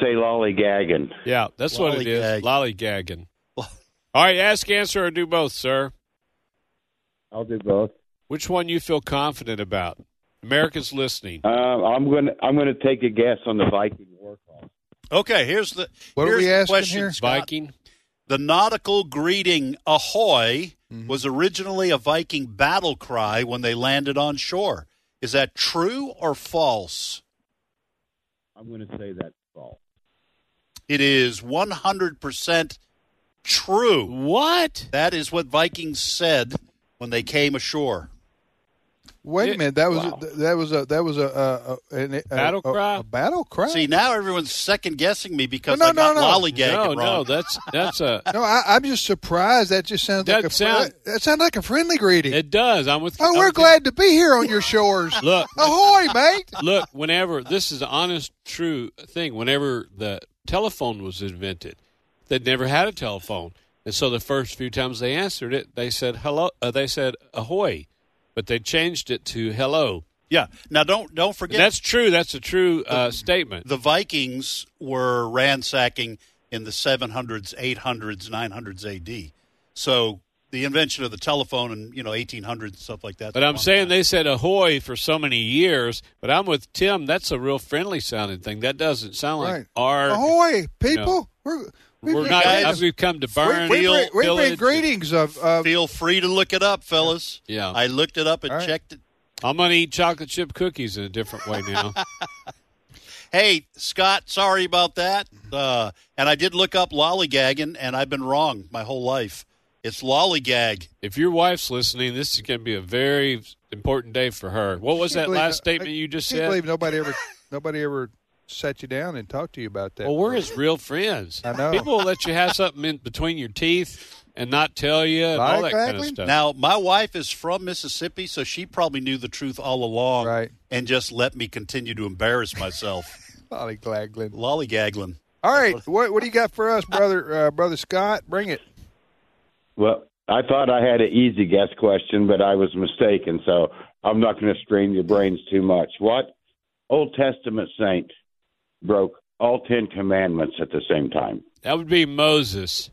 S18: say lollygagging.
S8: Yeah, that's what it is. Lollygagging. All right, ask, answer, or do both, sir.
S18: I'll do both.
S8: Which one you feel confident about? America's listening.
S18: Uh, I'm gonna I'm gonna take a guess on the Viking war call.
S7: Okay, here's the
S18: What are
S7: here's
S18: we
S7: the
S18: asking
S7: question,
S18: here?
S7: Scott.
S8: Viking.
S7: The nautical greeting "ahoy"
S6: Mm-hmm.
S7: was originally a Viking battle cry when they landed on shore. Is that true or false?
S18: I'm gonna say that's false.
S7: It is 100% true.
S8: What?
S7: That is what Vikings said when they came ashore.
S6: Wait a minute. That was
S7: Wow.
S6: th- that was a that was a, a, a, an- a
S7: Battle
S6: a-
S7: cry?
S6: A, battle cry.
S7: See, now everyone's second guessing me because
S6: No,
S7: I got
S6: no, no.
S7: lollygagging
S6: No,
S7: wrong.
S6: no,
S8: that's that's a
S6: no, I, I'm just surprised. That just sounds like a fri-
S8: sound-
S6: that sounds like a friendly greeting.
S8: It does. I'm with.
S6: Oh,
S8: I'm
S6: we're
S8: with you.
S6: glad to be here on your shores.
S8: Look,
S6: ahoy, mate!
S8: Look, whenever this is an honest, true thing. Whenever the telephone was invented, they'd never had a telephone, and so the first few times they answered it, they said hello. Uh, they said ahoy, but they changed it to hello.
S7: Yeah. Now don't don't forget
S8: that's true. That's a true uh, statement.
S7: The Vikings were ransacking in the 700s, 800s, 900s AD. So the invention of the telephone and, you know, 1800s and stuff like that.
S8: But I'm saying they said ahoy for so many years. But I'm with Tim. That's a real friendly sounding thing. That doesn't sound like
S6: Right.
S8: our.
S6: ahoy, people!
S8: No.
S6: We're we've
S8: We're
S6: been
S8: not.
S6: great-
S8: We've come to
S6: we-
S8: burn.
S6: we bring- we bring
S8: pillage,
S6: greetings of, of
S7: Feel free to look it up, fellas.
S8: Yeah.
S7: I looked it up and
S8: All right.
S7: checked it.
S8: I'm going to eat chocolate chip cookies in a different way now.
S7: Hey, Scott, sorry about that.
S8: Mm-hmm.
S7: Uh, and I did look up lollygagging, and I've been wrong my whole life. It's lollygag.
S8: if your wife's listening, this is going to be a very important day for her. What was that
S6: Can't believe-
S8: last statement
S6: I
S8: you just
S6: can't
S8: said?
S6: Believe nobody ever nobody ever sat you down and talked to you about that.
S8: Well, we're his real friends.
S6: I know.
S8: People will let you have something in between your teeth and not tell you and all that kind of stuff.
S7: Now, my wife is from Mississippi, so she probably knew the truth all along and just let me continue to embarrass myself.
S6: Lollygaggling.
S7: Lollygaggling.
S6: All right, what what do you got for us, brother uh, brother Scott? Bring it.
S18: Well, I thought I had an easy guess question, but I was mistaken, so I'm not going to strain your brains too much. What Old Testament saint broke all ten commandments at the same time?
S8: That would be Moses.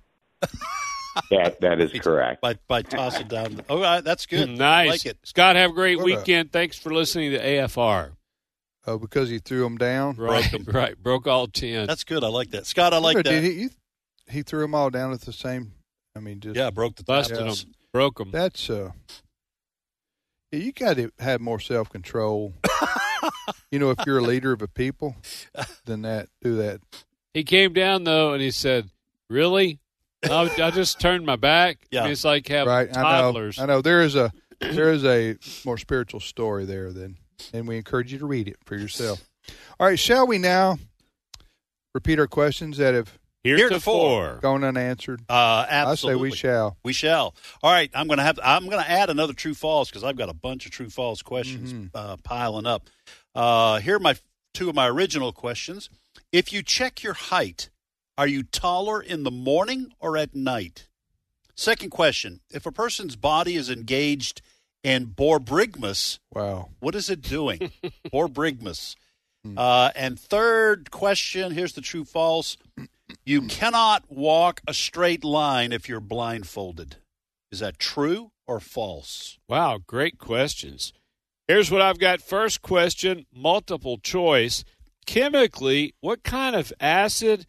S18: That that is correct.
S7: By, by tossing down. All right, that's good.
S8: Nice.
S7: I like it.
S8: Scott, have a great
S7: What a-
S8: weekend. Thanks for listening to AFR.
S6: Oh, because he threw him down.
S8: Right, right. Broke all 10.
S7: That's good. I like that. Scott, I like
S6: Remember,
S7: that.
S6: Did he, you- he threw them all down at the same. I mean, just
S7: Yeah, broke the
S8: Busted
S6: Yeah.
S8: 'em. Broke 'em.
S6: That's uh, yeah, you got to have more self control. you know, if you're a leader of a people, then that do that.
S8: He came down, though, and he said, Really? I, I just turned my back.
S6: Yeah.
S8: It's like having
S6: right?
S8: toddlers.
S6: I know. I know. There is a there is a more spiritual story there than, and we encourage you to read it for yourself. All right, shall we now repeat our questions that have
S7: Heretofore.
S6: gone unanswered?
S7: Uh, absolutely.
S6: I say we shall.
S7: We shall. All right, I'm going to have I'm going to add another true false because I've got a bunch of true false questions
S6: Mm-hmm.
S7: uh, piling up. Uh, here are my two of my original questions. If you check your height, are you taller in the morning or at night? Second question: If a person's body is engaged in borbrigmus,
S6: wow,
S7: what is it doing? borbrigmus.
S6: Hmm.
S7: Uh, and third question: Here's the true false. You cannot walk a straight line if you're blindfolded. Is that true or false?
S8: Wow, great questions. Here's what I've got. First question, multiple choice. Chemically, what kind of acid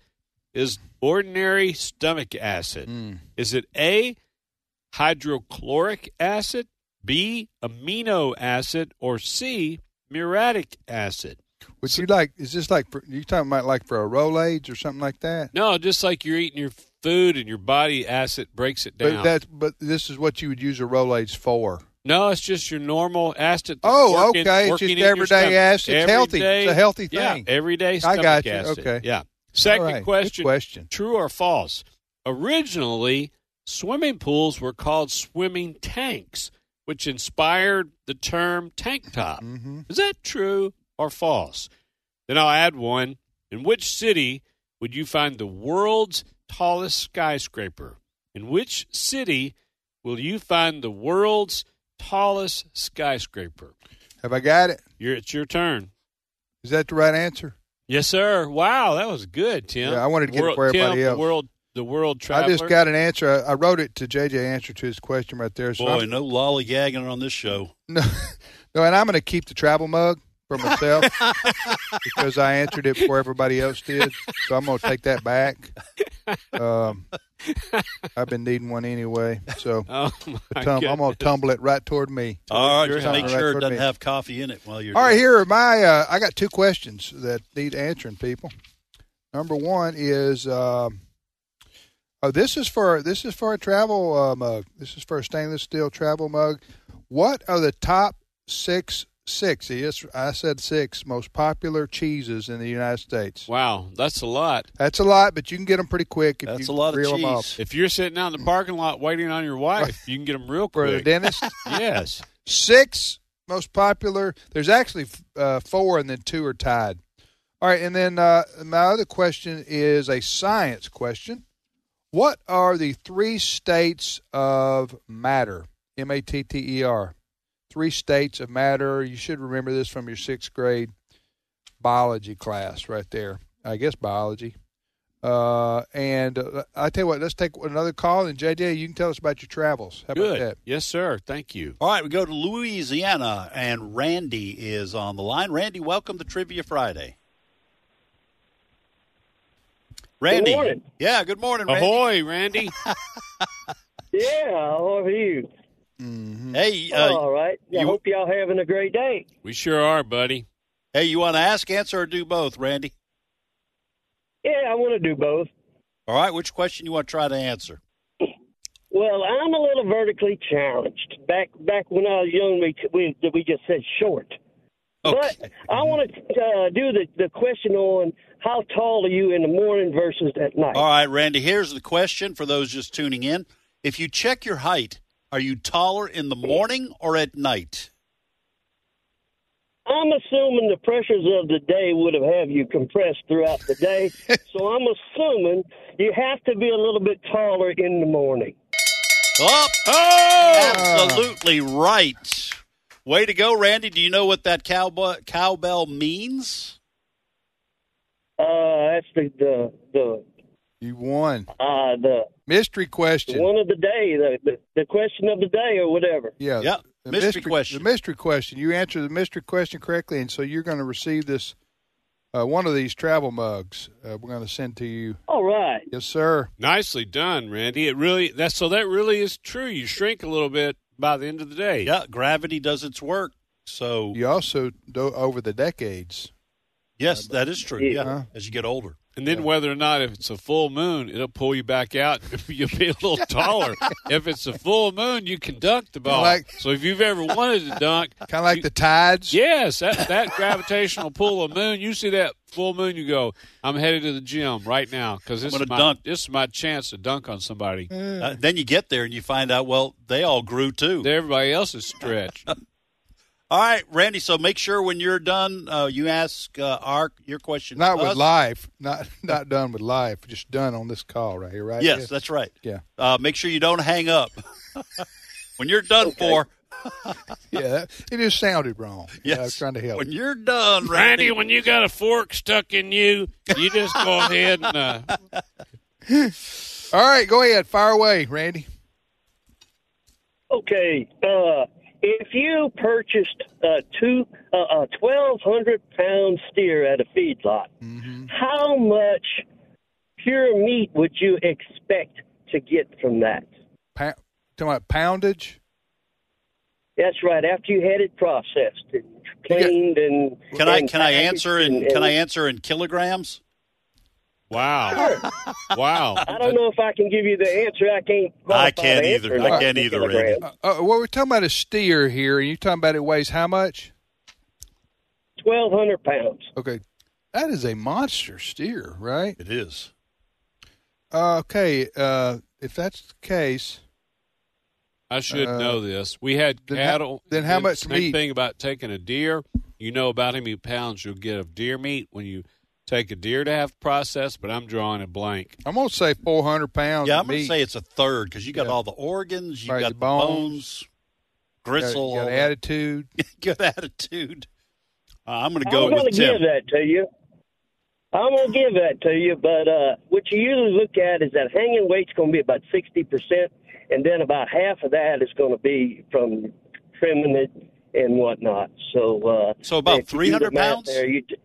S8: is ordinary stomach acid? Is it A, hydrochloric acid, B, amino acid, or C, muriatic acid?
S6: Would you like? Is this like for, you talking about like for a Rolades or something like that?
S8: No, just like you're eating your food and your body acid breaks it down.
S6: But that's but this is what you would use a Rolades for.
S8: No, it's just your normal acid. that's
S6: Oh,
S8: working-
S6: okay. It's
S8: working
S6: just
S8: in your
S6: everyday
S8: stomach.
S6: acid. It's
S8: Every
S6: healthy. It's
S8: day-
S6: a healthy
S8: yeah,
S6: thing.
S8: everyday
S6: I
S8: stomach
S6: got you.
S8: acid.
S6: Okay.
S8: Yeah. Second
S6: All right. Good
S8: question,
S6: question.
S8: True or false? Originally, swimming pools were called swimming tanks, which inspired the term tank top.
S6: Mm-hmm.
S8: Is that true or false? Then I'll add one. In which city would you find the world's tallest skyscraper? In which city will you find the world's tallest skyscraper?
S6: Have I got it?
S8: Your, it's your turn.
S6: Is that the right answer?
S8: Yes, sir. Wow, that was good, Tim.
S6: Yeah, I wanted to get it
S8: world,
S6: for everybody
S8: Tim,
S6: else.
S8: The world, the world
S6: I
S8: traveler.
S6: just got an answer. I, I wrote it to JJ answer to his question right there. So
S7: Boy,
S6: I'm-
S7: no lollygagging on this show.
S6: no, and I'm going to keep the travel mug for myself because I answered it before everybody else did. So I'm going to take that back. Um, I've been needing one anyway, so
S8: Oh, my
S6: I tum- I'm going
S7: goodness.
S6: to tumble it right toward me.
S7: All right,
S6: Tumble
S7: just make
S6: right
S7: sure it
S6: toward
S7: doesn't
S6: me.
S7: have coffee in it while you're.
S6: All right, here are my. Uh, I got two questions that need answering, people. Number one is, um, oh, this is for this is for a travel uh, mug. This is for a stainless steel travel mug. What are the top six six? Yes, I said six most popular cheeses in the United States.
S8: Wow, that's a lot.
S6: That's a lot, but you can get them pretty quick. If you reel 'em off.
S8: If you're sitting out in the parking lot waiting on your wife, you can get them real quick.
S6: For the dentist?
S8: yes.
S6: Six most popular. There's actually uh, four, and then two are tied. All right, and then uh, my other question is a science question. What are the three states of matter? M A T T E R. Three states of matter. You should remember this from your sixth grade biology class, right there. I guess biology. Uh, and uh, I tell you what, let's take another call, and JJ, you can tell us about your travels. How about
S7: Good.
S6: that?
S8: Yes, sir. Thank you.
S7: All right, we go to Louisiana, and Randy is on the line. Randy, welcome to Trivia Friday. Randy,
S16: morning.
S7: yeah, good morning, Randy.
S8: Ahoy, Randy.
S16: Yeah, I love you.
S7: Hey,
S9: Oh.
S7: uh,
S16: all right. I
S7: you-
S16: hope y'all having a great day.
S8: We sure are, buddy.
S7: Hey, you want to ask, answer, or do both, Randy?
S16: Yeah, I want to do both.
S7: All right, which question you want to try to answer?
S16: Well, I'm a little vertically challenged. Back back when I was young, we we, we just said short. But I want to uh, do the, the question on how tall are you in the morning versus at night.
S7: All right, Randy, here's the question for those just tuning in. If you check your height, are you taller in the morning or at night?
S16: I'm assuming the pressures of the day would have have you compressed throughout the day, so I'm assuming you have to be a little bit taller in the morning.
S7: Up. Absolutely right. Way to go, Randy. Do you know what that cowbell, cowbell means?
S16: Uh, that's the the the
S6: you won.
S16: Uh, the
S6: mystery question.
S16: One of the day, the, the the question of the day, or whatever.
S6: Yeah. The
S16: Mystery
S6: question. The mystery question. You answer the mystery question correctly, and so you're going to receive this uh, one of these travel mugs. Uh, we're going to send to you.
S16: All right.
S6: Yes, sir.
S8: Nicely done, Randy. It really that's so that really is true. You shrink a little bit by the end of the day.
S7: Yeah, gravity does its work. So
S6: you also do over the decades.
S7: Yes, that is true. Yeah,
S6: Yeah.
S7: as you get older.
S8: And then whether or not if it's a full moon, it'll pull you back out. You'll be a little taller. if it's a full moon, you can dunk the ball.
S6: like-
S8: so if you've ever wanted to dunk,
S6: kind of like the tides.
S8: Yes, that, that gravitational pull of moon. You see that full moon, you go, I'm headed to the gym right now because this
S7: I'm
S8: is
S7: gonna
S8: my
S7: dunk.
S8: this is my chance to dunk on somebody.
S7: Uh, then you get there and you find out, well, they all grew too.
S8: Everybody else is stretched.
S7: all right, Randy. So make sure when you're done, uh, you ask uh, our your question.
S6: Not
S7: to
S6: with
S7: us.
S6: life. Not not done with life. Just done on this call right here, right?
S7: Yes,
S6: Yes.
S7: that's right.
S6: Yeah.
S7: Uh, make sure you don't hang up. when you're done for,
S6: yeah. That, it just sounded wrong. Yeah, I was trying to help.
S7: when you're done,
S8: Randy, when you got a fork stuck in you, you just go ahead and uh,
S6: All right, go ahead. Fire away, Randy.
S16: Okay. Uh, if you purchased a two uh, a twelve hundred pound steer at a feedlot, how much pure meat would you expect to get from that?
S6: Pa- talking about poundage.
S16: That's right. After you had it processed and cleaned and
S7: can I
S16: and
S7: can I
S16: packaged
S7: answer in
S16: and-
S7: can I
S16: and-
S7: answer in kilograms?
S8: Wow. Wow.
S16: I don't know if I can give you the answer. I can't.
S7: I
S16: qualify
S7: can't
S16: the
S7: either.
S16: answer.
S7: I can't either, Randy.
S6: Uh, uh, well, we're talking about a steer here, and you're talking about it weighs how much?
S16: Twelve hundred pounds.
S6: Okay, that is a monster steer, right?
S7: It is.
S6: Uh, okay, uh, if that's the case,
S8: I should
S6: Uh,
S8: know this. We had
S6: then how-
S8: cattle.
S6: then how
S8: the
S6: much
S8: same
S6: meat?
S8: thing about taking a deer. You know about how many pounds you'll get of deer meat when you take a deer to have processed, but I'm drawing a blank.
S6: I'm going to say 400 pounds.
S8: Yeah,
S6: of
S8: I'm gonna
S6: meat.
S8: say it's
S7: It's a third because you got all the organs, you
S6: Right,
S7: got
S6: the
S7: the bones,
S6: bones,
S7: gristle,
S6: you got attitude,
S7: good attitude. Uh, I'm going to
S16: I'm
S7: go
S16: going
S7: with
S16: to give
S7: Tim.
S16: that to you. I'm going to give that to you, but uh, what you usually look at is that hanging weight's going to be about 60%, and then about half of that is going to be from trimming it and whatnot. So, uh,
S7: So about
S16: if you do the
S7: 300
S16: math
S7: pounds?
S16: There, you d-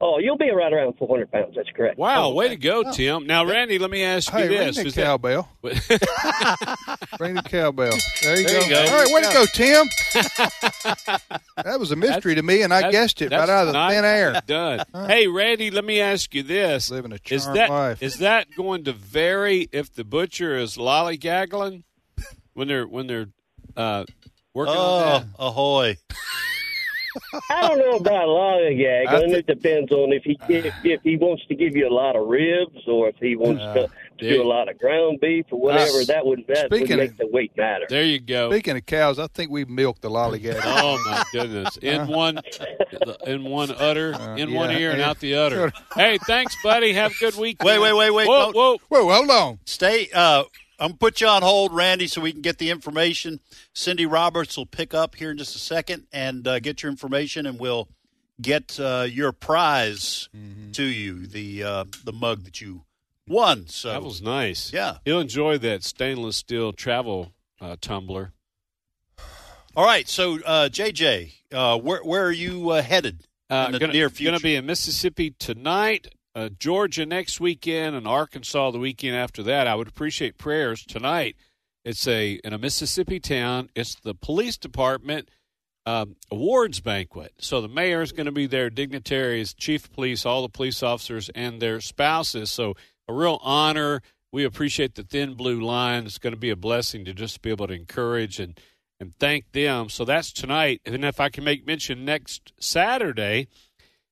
S16: oh, you'll be right around 400 pounds. That's correct.
S8: Wow, way to go, Tim. Now, Randy, let me ask
S6: Oh, Hey,
S8: you
S6: ring
S8: this:
S6: the
S8: Is that-
S6: cowbell. Ring the cowbell. There you,
S8: There
S6: go.
S8: you go.
S6: All right, way to go, Tim. that was a mystery to me, and I
S8: That's-
S6: guessed it right
S8: that's
S6: out of the
S8: not
S6: thin air.
S8: Done. hey, Randy, let me ask you this: Is
S6: charmed
S8: that
S6: life.
S8: is that going to vary if the butcher is lollygaggling when they're when they're uh, working
S7: Oh,
S8: on that?
S7: Ahoy!
S16: I don't know about lollygag.
S8: I
S16: I it depends on if he if, if he wants to give you a lot of ribs or if he wants to, to do a lot of ground beef or whatever.
S6: Uh,
S16: that would that would
S6: speaking
S16: make
S6: of-
S16: the weight matter.
S8: There you go.
S6: Speaking of cows, I think we milked the lollygag.
S8: Oh my goodness! In one, in one udder,
S7: Uh,
S8: in one
S6: yeah,
S8: ear and
S6: yeah.
S8: out the udder. hey, thanks, buddy. Have a good weekend.
S7: Wait, wait, wait, wait!
S8: Whoa, whoa.
S6: whoa! Hold on.
S7: Stay. Uh, I'm gonna put you on hold, Randy, so we can get the information. Cindy Roberts will pick up here in just a second and uh, get your information, and we'll get uh, your prize
S8: Mm-hmm.
S7: to you the uh, the mug that you won. So
S8: That was nice.
S7: Yeah.
S8: He'll enjoy that stainless steel travel uh, tumbler.
S7: All right, so uh, JJ, uh, where where are you uh, headed
S8: Uh,
S7: in the
S8: gonna,
S7: near future?
S8: Going to be in Mississippi tonight, uh, Georgia next weekend, and Arkansas the weekend after that. I would appreciate prayers tonight. It's a in a Mississippi town. It's the police department um, awards banquet. So the mayor is going to be there, dignitaries, chief of police, all the police officers, and their spouses. So a real honor. We appreciate the thin blue line. It's going to be a blessing to just be able to encourage and and thank them. So that's tonight. And if I can make mention, next Saturday,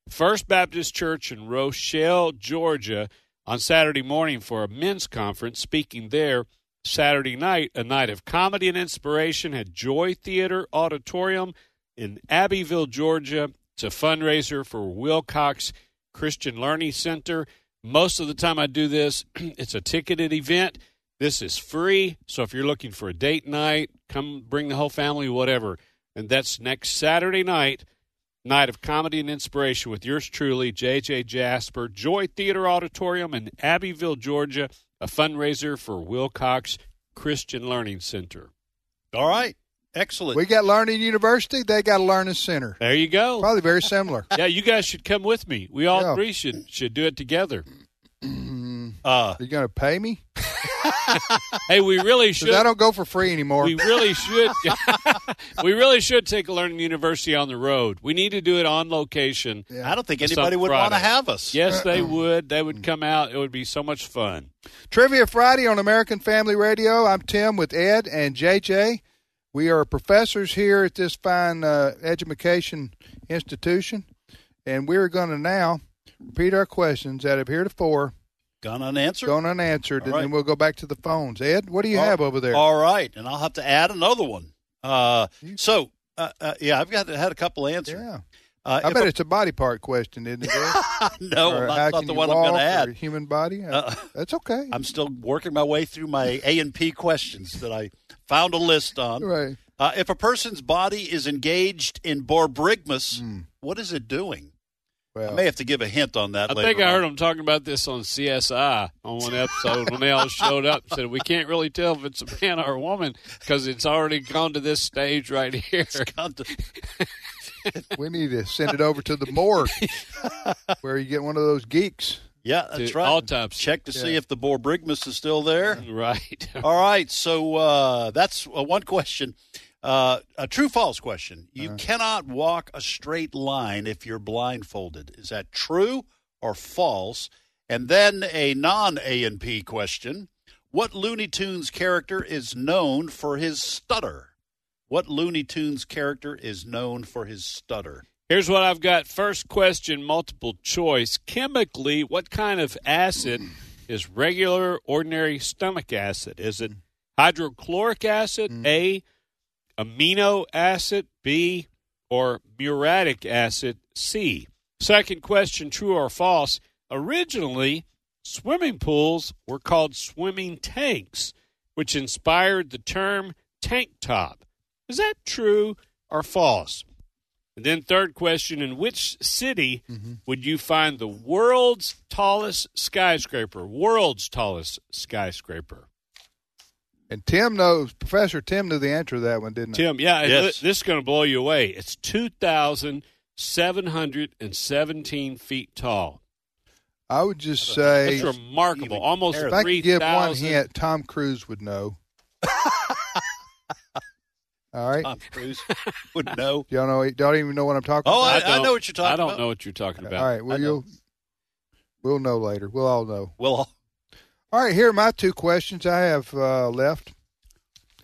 S8: First Baptist Church in Rochelle, Georgia, on Saturday morning for a men's conference. Speaking there Saturday night, a night of comedy and inspiration at Joy Theater Auditorium in Abbeville, Georgia. It's a fundraiser for Wilcox Christian Learning Center. Most of the time I do this, it's a ticketed event. This is free. So if you're looking for a date night, come bring the whole family, whatever. And that's next Saturday night, night of comedy and inspiration with yours truly, JJ Jasper, Joy Theater Auditorium in Abbeville, Georgia, a fundraiser for Wilcox Christian Learning Center.
S7: All right. Excellent.
S6: We got Learning University. They got a Learning Center.
S8: There you go.
S6: Probably very similar.
S8: Yeah, you guys should come with me. We all
S6: Yeah.
S8: three should should do it together.
S7: Uh,
S6: Are you going to pay me?
S8: Hey, we really should.
S6: Because I don't go for free anymore.
S8: We really should. we really should take a learning university on the road. We need to do it on location.
S7: I don't think anybody would wanna
S8: Friday.
S7: have us.
S8: Yes, they would. They would come out. It would be so much fun.
S6: Trivia Friday on American Family Radio. I'm Tim with Ed and JJ. We are professors here at this fine uh, education institution, and we're going to now repeat our questions that have heretofore
S7: gone unanswered.
S6: gone unanswered, and then we'll go back to the phones. Ed, what do you
S7: All-
S6: have over there?
S7: All right, and I'll have to add another one. Uh, so uh, uh, yeah, I've got had a couple answers. Yeah, uh,
S6: I
S7: if
S6: bet
S7: a-
S6: it's a body part question, isn't it? Ed?
S7: no,
S6: Or
S7: not-
S6: how
S7: not
S6: can
S7: Oh, the
S6: you
S7: one I'm gonna
S6: walk, or
S7: add.
S6: Human body.
S7: Uh,
S6: That's okay.
S7: I'm still working my way through my A and P questions that I found a list on.
S6: Right.
S7: Uh, if a person's body is engaged in borbrigmus,
S6: Hmm.
S7: what is it doing? I may have to give a hint on that.
S8: I
S7: later
S8: think I
S7: on.
S8: heard them talking about this on CSI on one episode when they all showed up and said, We can't really tell if it's a man or a woman because it's already gone to this stage right here.
S6: we need to send it over to the morgue where you get one of those geeks.
S7: Yeah, that's right. Check to see if the Borbrigmus is still there.
S8: Right.
S7: All right. So uh, that's uh, one question. Uh, a true false question. You cannot walk a straight line if you're blindfolded. Is that true or false? And then a non A and P question. What Looney Tunes character is known for his stutter? What Looney Tunes character is known for his stutter?
S8: Here's what I've got. First question, multiple choice. Chemically, what kind of acid is regular, ordinary stomach acid? Is it hydrochloric acid, A, amino acid, B, or muriatic acid, C? Second question true or false? Originally, swimming pools were called swimming tanks, which inspired the term tank top. Is that true or false? And then, third question In which city
S6: Mm-hmm.
S8: would you find the world's tallest skyscraper? World's tallest skyscraper.
S6: And Tim knows, Professor Tim knew the answer to that one, didn't he?
S8: Tim, yeah, th- this is going to blow you away. It's 2,717 feet tall.
S6: I would just say
S8: It's remarkable. Almost
S6: If I could give one
S8: 3,000.
S6: hint, Tom Cruise would know. All right.
S7: Tom Cruise would know.
S6: Y'all know. Don't even know what I'm talking
S7: Oh, I,
S6: about.
S7: I, know what you're talking about.
S8: don't know what you're talking
S6: All right. Well, you'll we'll know later. We'll all know.
S7: We'll all.
S6: All right. Here are my two questions I have uh, left.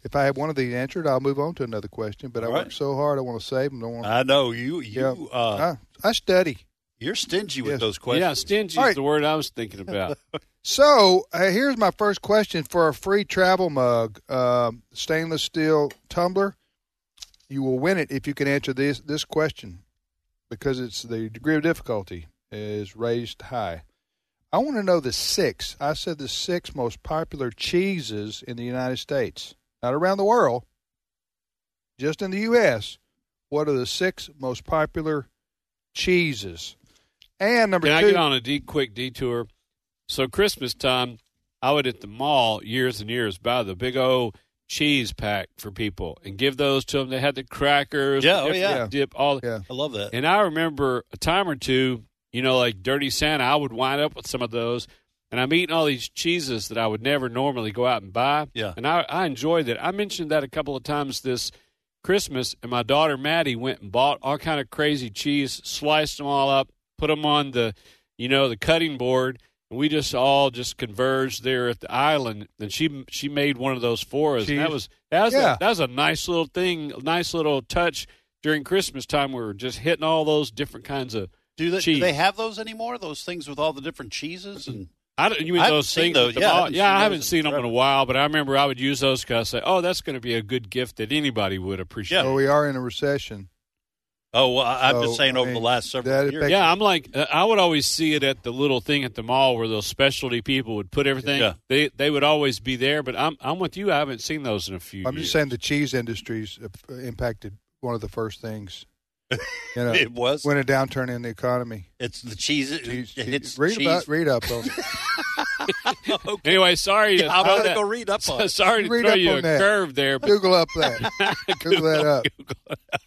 S6: If I have one of these answered, I'll move on to another question. But I worked so hard. I want to save them. Don't want.
S7: I know you. You. Uh,
S6: I, I study.
S7: You're stingy with those questions.
S8: Yeah, stingy is the word I was thinking about.
S6: So uh, here's my first question for a free travel mug, um, stainless steel tumbler. You will win it if you can answer this this question, because it's the degree of difficulty is raised high. I want to know the six. I said the six most popular cheeses in the United States, not around the world, just in the U.S. What are the six most popular cheeses? And number
S8: Can
S6: two,
S8: I get on a de- quick detour? So Christmas time, I would at the mall years and years buy the big old cheese pack for people and give those to them. They had the crackers,
S7: Yeah,
S8: the
S7: oh,
S8: different
S7: yeah.
S8: dip all.
S7: I love that.
S8: And I remember a time or two, you know, like Dirty Santa, I would wind up with some of those. And I'm eating all these cheeses that I would never normally go out and buy.
S7: Yeah.
S8: And I, I enjoyed that. I mentioned that a couple of times this Christmas, and my daughter Maddie went and bought all kind of crazy cheese, sliced them all up, put them on the, you know, the cutting board, and we just all just converged there at the island. And she she made one of those for us. And that
S7: Cheese.
S8: was that was
S7: Yeah.
S8: a, that was a nice little thing, a nice little touch during Christmas time. We were just hitting all those different kinds of
S7: Do they,
S8: cheese.
S7: do they have those anymore? Those things with all the different cheeses and
S8: I don't, you mean
S7: I haven't
S8: those
S7: seen
S8: things?
S7: those.
S8: with the
S7: Yeah, I
S8: ball-
S7: haven't
S8: yeah,
S7: seen
S8: I
S7: those
S8: haven't
S7: in
S8: seen them in a while, but I remember I would use those because I say, "Oh, that's going to be a good gift that anybody would appreciate."
S6: Well, oh, we are in a recession.
S7: oh, well, I- I'm
S8: So,
S7: just saying over
S8: I
S7: the
S8: mean,
S7: last several years.
S8: Yeah, I'm like uh, I would always see it at the little thing at the mall where those specialty people would put everything.
S6: Yeah.
S8: They they would always be there, but I'm I'm with you. I haven't seen those in a few.
S6: I'm
S8: years.
S6: just saying the cheese industry's uh, impacted one of the first things. You know,
S7: It was?
S6: when a downturn in the economy.
S7: It's the cheese. it- it's
S6: read
S7: cheese.
S6: about, read up on.
S8: Anyway, sorry.
S7: Yeah, I'm
S8: throw
S7: gonna
S8: that-
S7: go read up on it.
S8: sorry to
S6: Read
S8: throw
S6: up
S8: you
S6: on
S8: a
S6: that.
S8: curve there. But
S6: Google up that. Google that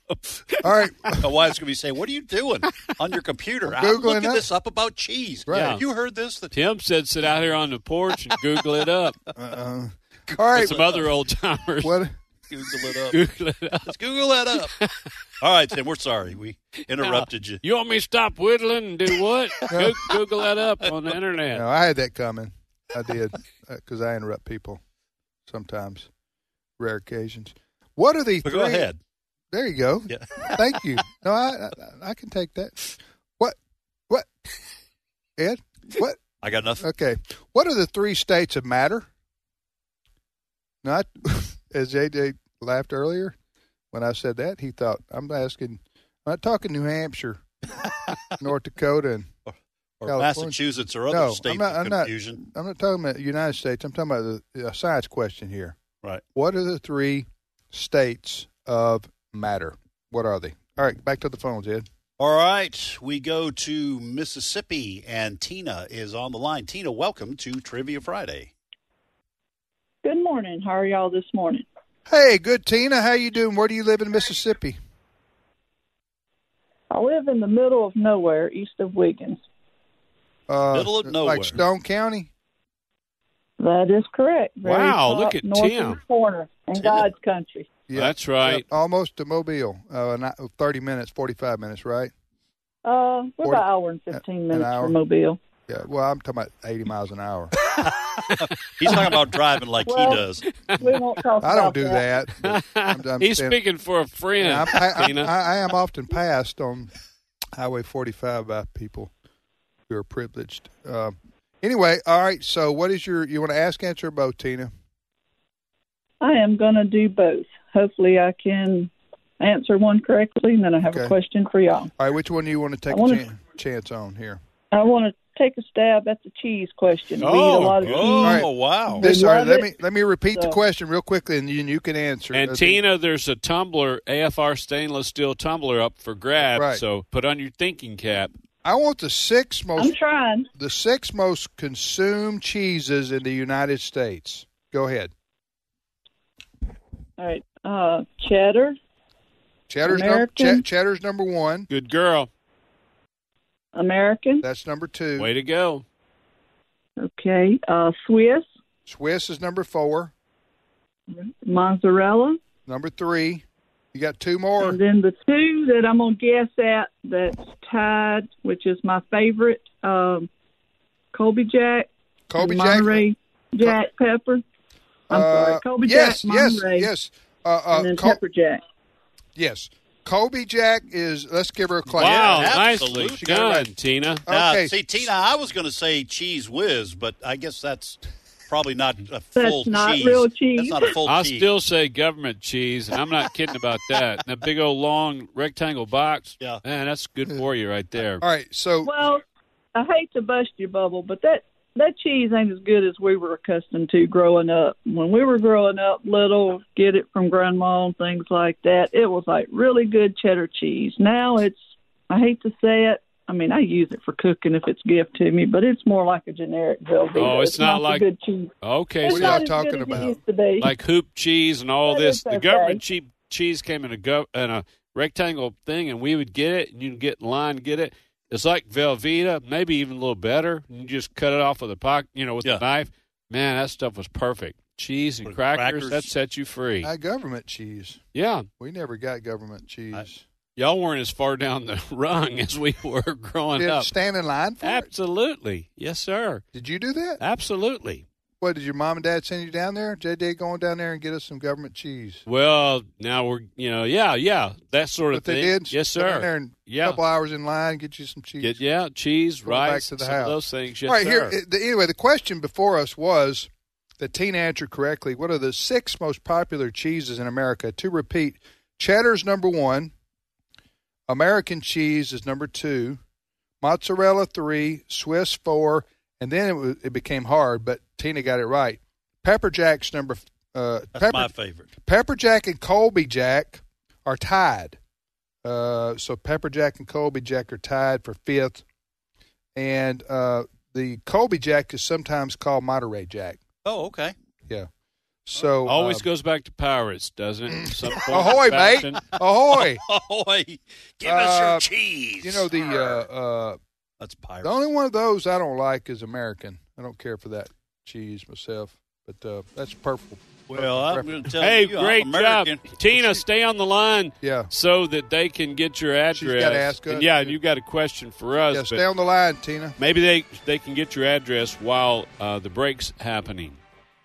S6: up. All right. uh,
S7: My wife's gonna be saying, "What are you doing on your computer? I'm,
S8: Googling
S7: looking
S8: up.
S7: this up about cheese.
S8: Right.
S7: Have You heard this? That
S8: Tim said, "Sit out here on the porch and Google it up."
S6: Uh-uh. All right.
S8: some other old timers.
S6: What?
S7: Google it up.
S8: Google it up.
S7: Let's Google that up. All right, Tim. We're sorry we interrupted you.
S8: You want me to stop whittling and do what? Go- Google that up on the internet.
S6: No, I had that coming. I did because I interrupt people sometimes, rare occasions. What are the?
S7: But go
S6: three-
S7: ahead.
S6: There you go. Thank you. No, I, I I can take that. What? What? Ed? What?
S7: I got nothing.
S6: Okay. What are the three states of matter? Not as JJ laughed earlier when I said that. He thought I'm asking. I'm not talking New Hampshire, North Dakota, and
S7: Or
S6: California.
S7: Massachusetts or other
S6: no,
S7: states
S6: I'm not,
S7: of
S6: I'm not-
S7: confusion.
S6: I'm not talking about the United States. I'm talking about the a science question here.
S7: Right.
S6: What are the three states of matter? What are they? All right, back to the phones, Ed.
S7: All right, we go to Mississippi, and Tina is on the line. Tina, welcome to Trivia Friday.
S19: Good morning. How are y'all this morning?
S6: Hey, good Tina. How you doing? Where do you live in Mississippi?
S19: I live in the middle of nowhere, east of Wiggins.
S6: Uh,
S19: Middle of nowhere.
S6: like Stone County.
S19: That is correct. Very
S6: Wow,
S19: top
S6: look at
S19: northeast
S6: Tim.
S19: corner in God's country.
S8: That's right.
S6: Yep, almost to Mobile. Uh, not, Thirty minutes, forty-five minutes, right?
S19: Uh, we're
S6: Forty-
S19: about an hour and fifteen minutes
S6: hour.
S19: from Mobile.
S6: Yeah. Well, I'm talking about eighty miles an hour.
S7: He's talking about driving like
S6: Well,
S7: he does.
S19: We won't talk
S6: I
S19: about
S6: don't do that. but I'm- I'm
S8: He's
S6: saying-
S8: speaking for a friend.
S6: Yeah, I, I,
S8: Tina.
S6: I, I am often passed on Highway 45 by people who are privileged. Um Anyway, all right. So, what is your you want to ask, answer, or both, Tina?
S16: I am going to do both. Hopefully, I can answer one correctly, and then I have
S6: Okay.
S16: a question for y'all.
S6: All right, which one do you want to take
S16: I wanna-
S6: a chan- chance on here?
S16: I want to take a stab at the cheese question. we eat
S6: Oh,
S16: a lot of cheese.
S7: wow!
S16: They
S6: This, all right,
S16: love
S6: let
S16: it.
S6: me let me repeat the
S16: So-
S6: question real quickly, and you, you can answer.
S8: And
S6: Let's see.
S8: Tina, there's a tumbler, AFR stainless steel tumbler up for grabs.
S6: Right.
S8: So put on your thinking cap.
S6: I want the six most.
S16: I'm trying.
S6: The six most consumed cheeses in the United States. Go ahead.
S16: All right, uh, cheddar,
S6: Cheddar's num-
S16: American.
S6: ch- cheddar's number one.
S8: Good girl.
S16: American.
S6: That's number two.
S8: Way to go.
S16: Okay, uh, Swiss,
S6: Swiss is number four.
S16: mozzarella,
S6: Number three. You got two more.
S16: and then the two that I'm gonna guess at that's tied, which is my favorite, um, Colby Jack,
S6: Colby
S16: and
S6: Jack.
S16: Monterey Jack Pepper. I'm
S6: Uh,
S16: sorry, Colby
S6: yes,
S16: Jack,
S6: yes,
S16: Monterey,
S6: yes. Uh, uh,
S16: and then
S6: Col-
S16: Pepper Jack.
S6: Yes. Kobe Jack is. Let's give her a clap.
S8: Wow, nicely
S6: She got it
S8: done,
S6: right.
S8: Tina.
S7: Now,
S6: Okay.
S7: see, Tina, I was going to say cheese whiz, but I guess that's probably not a full
S16: not
S7: cheese.
S16: real cheese.
S7: That's not a full
S8: I
S7: cheese.
S8: still say government cheese, and I'm not kidding about that. And that big old long rectangle box, yeah. man, that's good for you right there.
S6: All right, so
S16: Well, I hate to bust your bubble, but that that cheese ain't as good as we were accustomed to growing up. When we were growing up, little get it from grandma and things like that. It was like really good cheddar cheese. Now it's I hate to say it. I mean, I use it for cooking if it's gift to me, but it's more like a generic Velveeta.
S8: Oh, it's, not
S16: the
S8: like
S16: good cheese.
S8: okay,
S16: It's
S8: so
S16: not as good as it used to be.
S8: like hoop cheese and all
S16: That
S8: this.
S16: is
S8: The
S16: okay.
S8: government cheap cheese came in a go in a rectangle thing, and we would get it, and you'd get in line, and get it. It's like Velveeta, maybe even a little better. You just cut it off with a pocket, you know, with a knife. Man, that stuff was perfect. Cheese and crackers,
S7: crackers.
S8: that set you free.
S6: uh, government cheese.
S8: yeah,
S6: We never got government cheese.
S8: y'all weren't as far down the rung as we were growing
S6: Did
S8: up.
S6: stand in line for it?
S8: Absolutely, yes, sir.
S6: Did you do that?
S8: Absolutely.
S6: What did your mom and dad send you down there? JD going down there and get us some government cheese.
S8: Well, now we're you know, yeah, yeah, that sort of
S6: But they
S8: thing.
S6: did.
S8: yes,
S6: Sit down
S8: sir.
S6: there and
S8: yeah,
S6: A couple hours in line, get you some cheese.
S8: Get, yeah, cheese,
S6: Go back
S8: rice,
S6: to the
S8: some of
S6: house.
S8: those things. Yes,
S6: All right,
S8: sir.
S6: here. The, anyway, the question before us was that Tina answered correctly. What are the six most popular cheeses in America? To repeat, cheddar's number one, American cheese is number two, mozzarella three, Swiss four, and then it, was, it became hard, but Tina got it right. Pepper Jack's number. Uh,
S7: that's
S6: pepper,
S7: my favorite.
S6: Pepper Jack and Colby Jack are tied. Uh, so Pepper Jack and Colby Jack are tied for fifth, and uh, the Colby Jack is sometimes called Monterey Jack.
S7: Oh, okay.
S6: Yeah. So
S8: Uh, Always
S6: um,
S8: goes back to pirates, doesn't it? Some form of
S6: ahoy, mate!
S8: fashion.
S6: Ahoy!
S7: Ahoy! Oh, Give us your
S6: Uh,
S7: cheese.
S6: You know the uh, uh,
S7: that's pirate.
S6: the only one of those I don't like is American. I don't care for that cheese myself, but uh, that's purple.
S7: Well, I'm going to tell
S8: Hey,
S7: you,
S8: great
S7: I'm American.
S8: job, Tina. Stay on the line,
S6: yeah,
S8: so that they can get your address.
S6: gotta ask us.
S8: and yeah, and you got a question for us.
S6: Yeah,
S8: but
S6: stay on the line, Tina.
S8: Maybe they they can get your address while uh, the break's happening.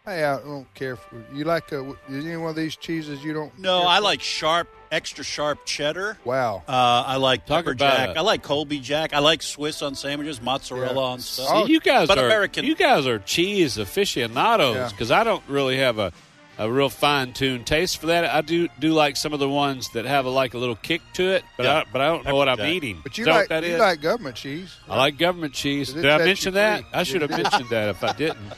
S6: Hey, I don't care. For, you like uh, any one of these cheeses? You don't?
S7: No,
S6: care
S7: I
S6: for?
S7: like sharp, extra sharp cheddar.
S6: Wow.
S7: Uh, I like
S8: Talk
S7: pepper
S8: about
S7: jack.
S8: it.
S7: I like Colby jack. I like Swiss on sandwiches, mozzarella
S8: Yeah.
S7: on
S8: See,
S7: stuff.
S6: Oh,
S8: you guys
S7: but
S8: are
S7: American.
S8: you guys are cheese aficionados
S7: Yeah.
S8: because I don't really have a, a real fine tuned taste for that. I do do like some of the ones that have a, like a little kick to it, but
S7: Yeah.
S8: I but I don't know what I'm
S7: Pepper jack.
S8: eating.
S6: But you
S8: Is that what
S6: like
S8: that
S6: you
S8: is?
S6: like government cheese.
S8: I like government cheese.
S6: Does it
S8: Did I
S6: set you
S8: mention that?
S6: free?
S8: I should have
S6: It did.
S8: mentioned that if I didn't.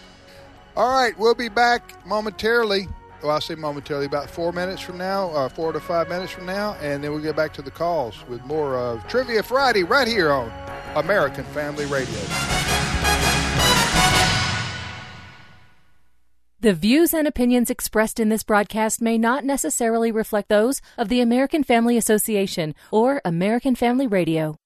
S6: All right, we'll be back momentarily. Well, I say momentarily, about four minutes from now, uh, four to five minutes from now, and then we'll get back to the calls with more of Trivia Friday right here on American Family Radio.
S15: The views and opinions expressed in this broadcast may not necessarily reflect those of the American Family Association or American Family Radio.